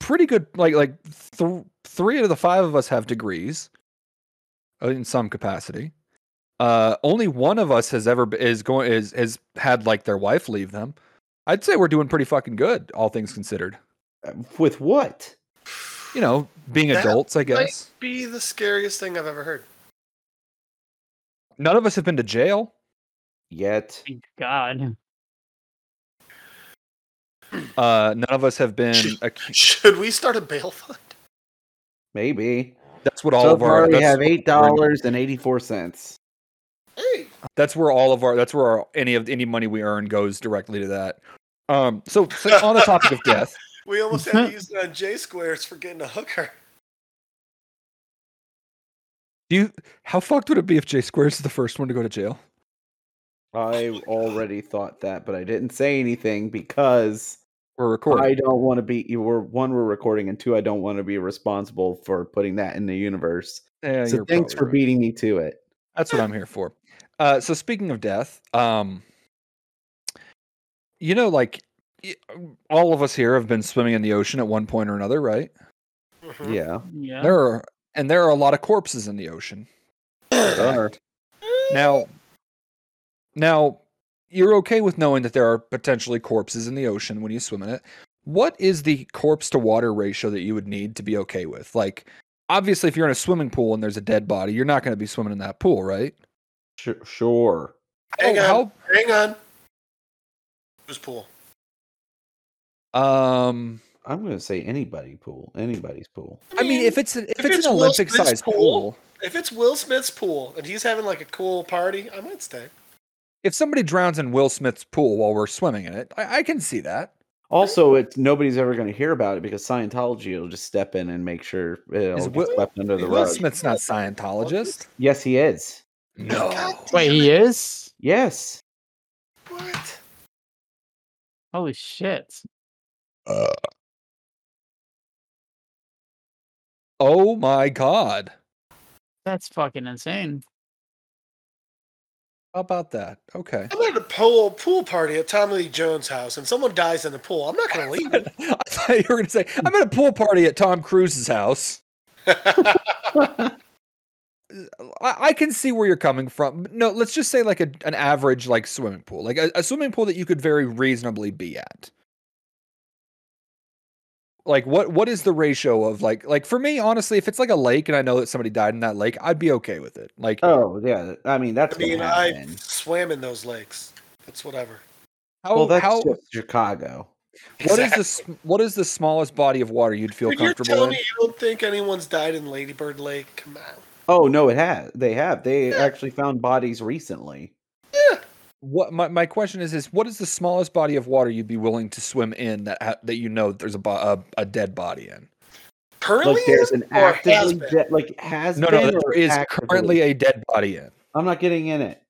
Speaker 1: pretty good. Like like th- three out of the five of us have degrees uh, in some capacity. Uh, only one of us has ever b- is going is has had like their wife leave them. I'd say we're doing pretty fucking good, all things considered.
Speaker 4: Uh, With what?
Speaker 1: You know, being
Speaker 2: That
Speaker 1: adults, I
Speaker 2: might
Speaker 1: guess.
Speaker 2: be the scariest thing I've ever heard.
Speaker 1: None of us have been to jail.
Speaker 4: Yet.
Speaker 3: Thank God.
Speaker 1: Uh, none of us have been.
Speaker 2: Shoot.
Speaker 1: Acu-
Speaker 2: Should we start a bail fund?
Speaker 4: Maybe.
Speaker 1: that's what all
Speaker 4: so
Speaker 1: of our.
Speaker 4: far, we
Speaker 1: that's-
Speaker 4: have eight dollars and eighty-four cents.
Speaker 2: Hey,
Speaker 1: That's where all of our that's where our, any of any money we earn goes directly to that. Um so, so on the topic of death,
Speaker 2: we almost had to use it on J squares for getting a hooker.
Speaker 1: do you how fucked would it be if J Squares is the first one to go to jail?
Speaker 4: I already thought that, but I didn't say anything because
Speaker 1: We're recording.
Speaker 4: I don't want to be. You were one, we're recording, and two, I don't want to be responsible for putting that in the universe.
Speaker 1: Yeah,
Speaker 4: so
Speaker 1: Eh, you're
Speaker 4: thanks
Speaker 1: probably
Speaker 4: for
Speaker 1: right.
Speaker 4: beating me to it.
Speaker 1: That's what I'm here for. Uh, so speaking of death, um, you know, like y- all of us here have been swimming in the ocean at one point or another, right?
Speaker 2: Mhm. <laughs>
Speaker 4: Yeah.
Speaker 3: Yeah.
Speaker 1: There are, and there are a lot of corpses in the ocean.
Speaker 4: Sure.
Speaker 1: Now, now you're okay with knowing that there are potentially corpses in the ocean when you swim in it. What is the corpse to water ratio that you would need to be okay with? Like, obviously, if you're in a swimming pool and there's a dead body, you're not going to be swimming in that pool, right?
Speaker 4: Sure. sure.
Speaker 2: Hang
Speaker 1: Oh,
Speaker 2: on.
Speaker 1: how
Speaker 2: Hang on. Who's pool?
Speaker 1: Um,
Speaker 4: I'm going to say anybody pool, anybody's pool.
Speaker 1: I mean, if it's an, if,
Speaker 2: if
Speaker 1: it's,
Speaker 2: it's
Speaker 1: an
Speaker 2: Will
Speaker 1: Olympic sized
Speaker 2: Smith's
Speaker 1: pool,
Speaker 2: pool- if it's Will Smith's pool and he's having like a cool party, I might stay.
Speaker 1: if somebody drowns in Will Smith's pool while we're swimming in it, I, I can see that.
Speaker 4: Also, it's nobody's ever going to hear about it because Scientology will just step in and make sure it'll
Speaker 1: Is
Speaker 4: get
Speaker 1: Will-
Speaker 4: swept under the
Speaker 1: Will
Speaker 4: rug.
Speaker 1: Smith's not Scientologist.
Speaker 4: Yes, he is.
Speaker 1: No.
Speaker 3: Wait, he is?
Speaker 4: Yes.
Speaker 2: What?
Speaker 3: Holy shit.
Speaker 1: Oh my God.
Speaker 3: That's fucking insane.
Speaker 1: How about that? Okay.
Speaker 2: I'm at a pool pool party at Tommy Lee Jones' house, and someone dies in the pool. I'm not <laughs> gonna
Speaker 1: <laughs>
Speaker 2: leave.
Speaker 1: I thought you were going to say, I'm at a pool party at Tom Cruise's house. I, I can see where you're coming from. No, let's just say like a, an average like swimming pool, like a, a swimming pool that you could very reasonably be at. Like what what is the ratio of like like for me honestly, if it's like a lake and I know that somebody died in that lake, I'd be okay with it. Like
Speaker 4: Oh, yeah. I mean, that's
Speaker 2: I mean,
Speaker 4: gonna
Speaker 2: I
Speaker 4: happen.
Speaker 2: swam in those lakes. It's whatever.
Speaker 1: how
Speaker 4: well, that's
Speaker 1: Oh, how
Speaker 4: just Chicago.
Speaker 1: what is the sm- what is the smallest body of water you'd feel
Speaker 2: Dude, You're
Speaker 1: comfortable
Speaker 2: telling
Speaker 1: in?
Speaker 2: me you don't think anyone's died in Ladybird Lake? Come on.
Speaker 4: Oh no, it has. They have. They actually found bodies recently.
Speaker 1: What my, my question is is what is the smallest body of water you'd be willing to swim in that ha- that you know there's a, bo- a a dead body in?
Speaker 2: Currently,
Speaker 4: Like there's an
Speaker 2: or has
Speaker 4: actively
Speaker 2: been?
Speaker 4: de- like has
Speaker 1: No, no,
Speaker 4: been or
Speaker 1: there is
Speaker 4: actively-
Speaker 1: currently a dead body in.
Speaker 4: I'm not getting in it.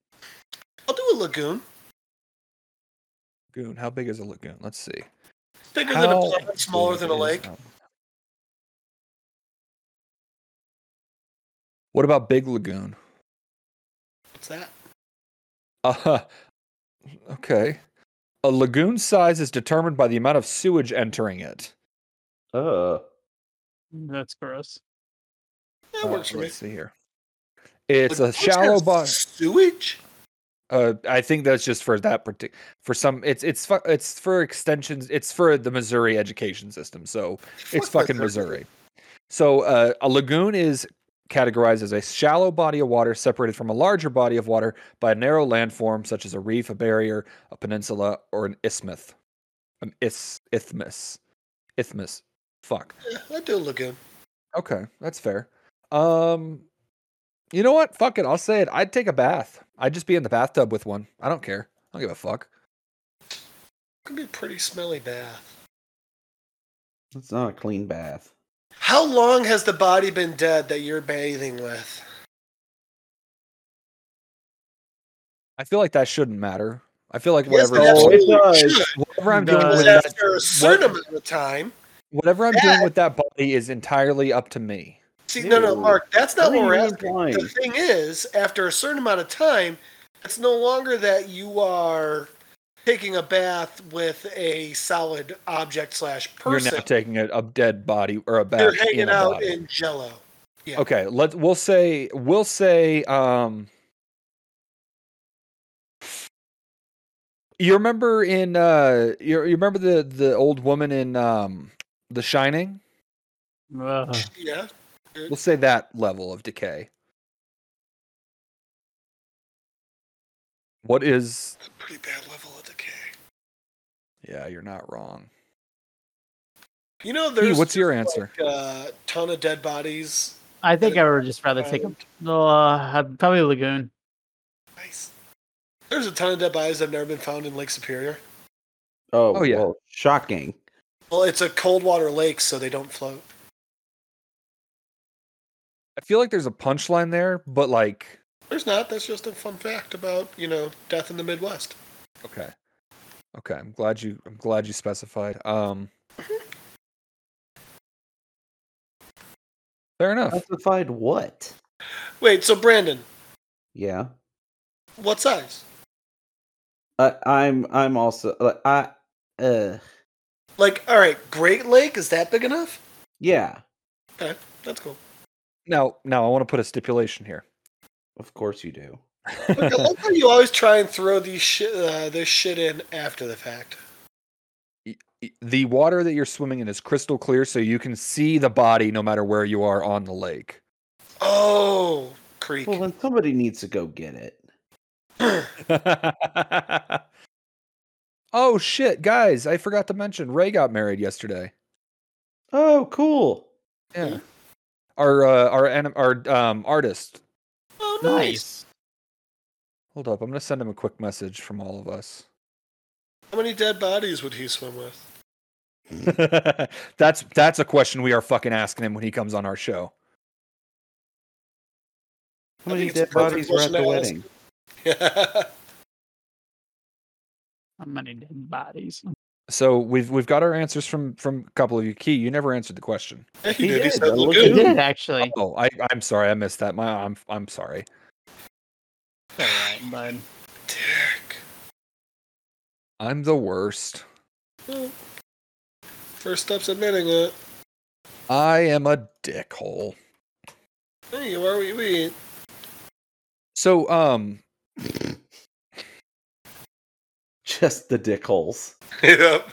Speaker 2: I'll do a lagoon.
Speaker 1: Lagoon. How big is a lagoon? Let's see.
Speaker 2: Bigger than a
Speaker 1: How
Speaker 2: pond, smaller
Speaker 1: big
Speaker 2: than a
Speaker 1: is
Speaker 2: lake.
Speaker 1: What about Big Lagoon? <laughs>
Speaker 2: What's that?
Speaker 1: Uh, okay. A lagoon size is determined by the amount of sewage entering it.
Speaker 4: Uh,
Speaker 3: That's gross.
Speaker 2: That
Speaker 1: Uh,
Speaker 2: works for me.
Speaker 1: let's see here. It's a
Speaker 2: Lagoons
Speaker 1: shallow
Speaker 2: have
Speaker 1: body.
Speaker 2: Sewage.
Speaker 1: Uh, I think that's just for that particular. For some, it's it's fu- it's for extensions. It's for the Missouri education system. So it's
Speaker 2: Fuck
Speaker 1: fucking Missouri. So uh, a lagoon is categorized as a shallow body of water separated from a larger body of water by a narrow landform such as a reef, a barrier, a peninsula, or an isthmus. An is- isthmus. Isthmus. Fuck.
Speaker 2: Yeah, I'll do a lagoon.
Speaker 1: Okay, that's fair. Um, you know what? Fuck it. I'll say it. I'd take a bath. I'd just be in the bathtub with one. I don't care. I don't give a fuck.
Speaker 2: It could be a pretty smelly bath.
Speaker 4: it's not a clean bath.
Speaker 2: How long has the body been dead that you're bathing with?
Speaker 1: I feel like that shouldn't matter. I feel like
Speaker 2: Yes,
Speaker 1: whatever,
Speaker 2: it
Speaker 1: I'm doing-
Speaker 2: absolutely
Speaker 4: does.
Speaker 2: should,
Speaker 1: whatever I'm doing
Speaker 3: does.
Speaker 1: with
Speaker 2: because
Speaker 1: Uh, that,
Speaker 2: After a certain amount of time.
Speaker 1: whatever I'm doing with that body is entirely up to me.
Speaker 2: See, no, no,
Speaker 4: Ew.
Speaker 2: Mark, that's not
Speaker 4: What
Speaker 2: what
Speaker 4: are
Speaker 2: we're
Speaker 4: you
Speaker 2: asking. The
Speaker 4: implying?
Speaker 2: thing is, after a certain amount of time, it's no longer that you are taking a bath with a solid object slash person.
Speaker 1: You're now taking a, a dead body or a
Speaker 2: You're
Speaker 1: bath in
Speaker 2: hanging
Speaker 1: a
Speaker 2: out
Speaker 1: body.
Speaker 2: in Jello. Yeah.
Speaker 1: Okay, let's. We'll say. We'll say. Um. You remember in uh you, you remember the the old woman in um The Shining?
Speaker 3: Ugh.
Speaker 2: Yeah.
Speaker 1: We'll say that level of decay. What is
Speaker 2: It's a pretty bad level of decay.
Speaker 1: Yeah, you're not wrong.
Speaker 2: You know,
Speaker 1: Hey,
Speaker 2: there's
Speaker 1: what's your
Speaker 2: just,
Speaker 1: answer?
Speaker 2: Like, uh, ton of dead bodies.
Speaker 3: I think I would just rather take a uh, probably a lagoon.
Speaker 2: Nice. There's a ton of dead bodies that have never been found in Lake Superior.
Speaker 4: Oh,
Speaker 1: Oh, yeah.
Speaker 4: well, shocking.
Speaker 2: Well, it's a cold water lake, so they don't float.
Speaker 1: I feel like there's a punchline there, but like
Speaker 2: There's not. That's just a fun fact about you know death in the Midwest.
Speaker 1: Okay. Okay. I'm glad you. I'm glad you specified. Um. Fair enough.
Speaker 4: Specified what?
Speaker 2: Wait. So Brandon,
Speaker 4: Yeah.
Speaker 2: what size?
Speaker 4: Uh, I'm I'm also uh, I uh
Speaker 2: Like, all right, Great Lake is that big enough?
Speaker 4: yeah,
Speaker 2: That's cool.
Speaker 1: Now, now I want to put a stipulation here.
Speaker 4: of course you do.
Speaker 2: Look, I love how you always try and throw these shit, uh, this shit in after the fact.
Speaker 1: E, the water that you're swimming in is crystal clear, so you can see the body no matter where you are on the <laughs> lake.
Speaker 2: Oh, creek.
Speaker 4: Well, then somebody needs to go get it.
Speaker 1: oh shit, guys! I forgot to mention Ray got married yesterday.
Speaker 4: Oh, cool.
Speaker 1: Yeah, our uh, our anim- our um, artist.
Speaker 2: oh,
Speaker 1: Hold up, I'm gonna send him a quick message from all of us.
Speaker 2: How many dead bodies would he swim with? <laughs>
Speaker 1: <laughs> that's that's a question we are fucking asking him when he comes on our show.
Speaker 4: How
Speaker 2: I
Speaker 4: many
Speaker 2: think it's a
Speaker 4: dead
Speaker 2: perfect
Speaker 4: bodies were at
Speaker 2: question
Speaker 4: the
Speaker 2: to ask.
Speaker 4: wedding?
Speaker 3: How many dead bodies?
Speaker 1: So we've we've got our answers from from a couple of you. Key, you never answered the question.
Speaker 2: Yeah, he
Speaker 4: He
Speaker 2: did. He
Speaker 4: did, I
Speaker 2: said
Speaker 4: looked
Speaker 3: They
Speaker 4: it
Speaker 2: lagoon.
Speaker 4: up.
Speaker 3: did <sighs> actually.
Speaker 1: Oh, I, I'm sorry, I missed that. My, I'm I'm sorry.
Speaker 3: All right, bud.
Speaker 2: Dick.
Speaker 1: I'm the worst.
Speaker 2: Well, First step's admitting it.
Speaker 1: I am a dickhole.
Speaker 2: Hey, you are what you eat.
Speaker 1: So, um,
Speaker 4: Just the dick holes.
Speaker 2: <laughs> Yep.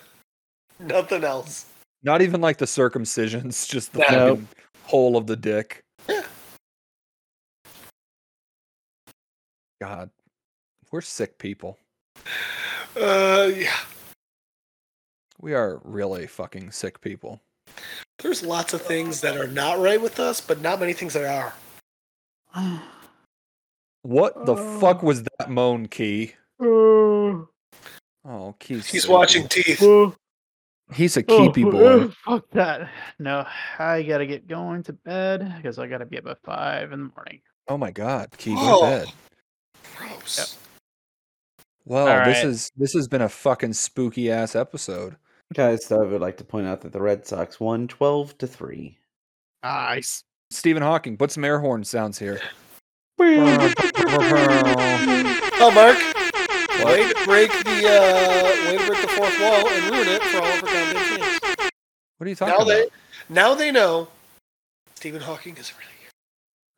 Speaker 2: Nothing else.
Speaker 1: not even like the circumcisions, <laughs> just the
Speaker 2: No.
Speaker 1: fucking hole of the dick.
Speaker 2: Yeah.
Speaker 1: God, we're sick people.
Speaker 2: Uh, yeah.
Speaker 1: We are really fucking sick people.
Speaker 2: There's lots of things that are not right with us, but not many things that are.
Speaker 1: What the fuck
Speaker 3: Oh.
Speaker 1: was that moan, Key? Oh, Key's
Speaker 2: He's
Speaker 1: so
Speaker 2: watching
Speaker 1: weird.
Speaker 2: teeth.
Speaker 3: Oh,
Speaker 1: He's a keepy
Speaker 3: oh, <laughs>
Speaker 1: boy.
Speaker 3: oh, <sighs> Fuck that. No, I gotta get going to bed because I gotta be up at five in the morning.
Speaker 1: Oh my God, Key, go
Speaker 2: Oh.
Speaker 1: to bed.
Speaker 2: Gross.
Speaker 1: Well,
Speaker 3: All
Speaker 1: this
Speaker 3: right.
Speaker 1: is this has been a fucking spooky ass episode.
Speaker 4: Guys, I would like to point out that the Red Sox won 12 to 3.
Speaker 3: Nice.
Speaker 1: Stephen Hawking, put some air horn sounds here.
Speaker 2: Oh, Mark. Way to break the uh, way to break the fourth wall and ruin it for all of our goddamn fans.
Speaker 1: What are you talking
Speaker 2: Now they
Speaker 1: about?
Speaker 2: now they know Stephen Hawking is really here.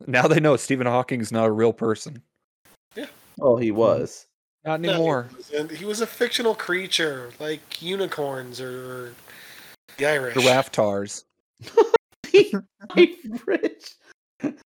Speaker 1: Now they know Stephen Hawking's not a real person.
Speaker 4: Oh,
Speaker 2: Hmm.
Speaker 4: he was.
Speaker 1: Not
Speaker 2: No, he
Speaker 1: anymore.
Speaker 2: wasn't. he was a fictional creature, like unicorns or the Irish.
Speaker 1: Giraffe tars.
Speaker 4: Rich.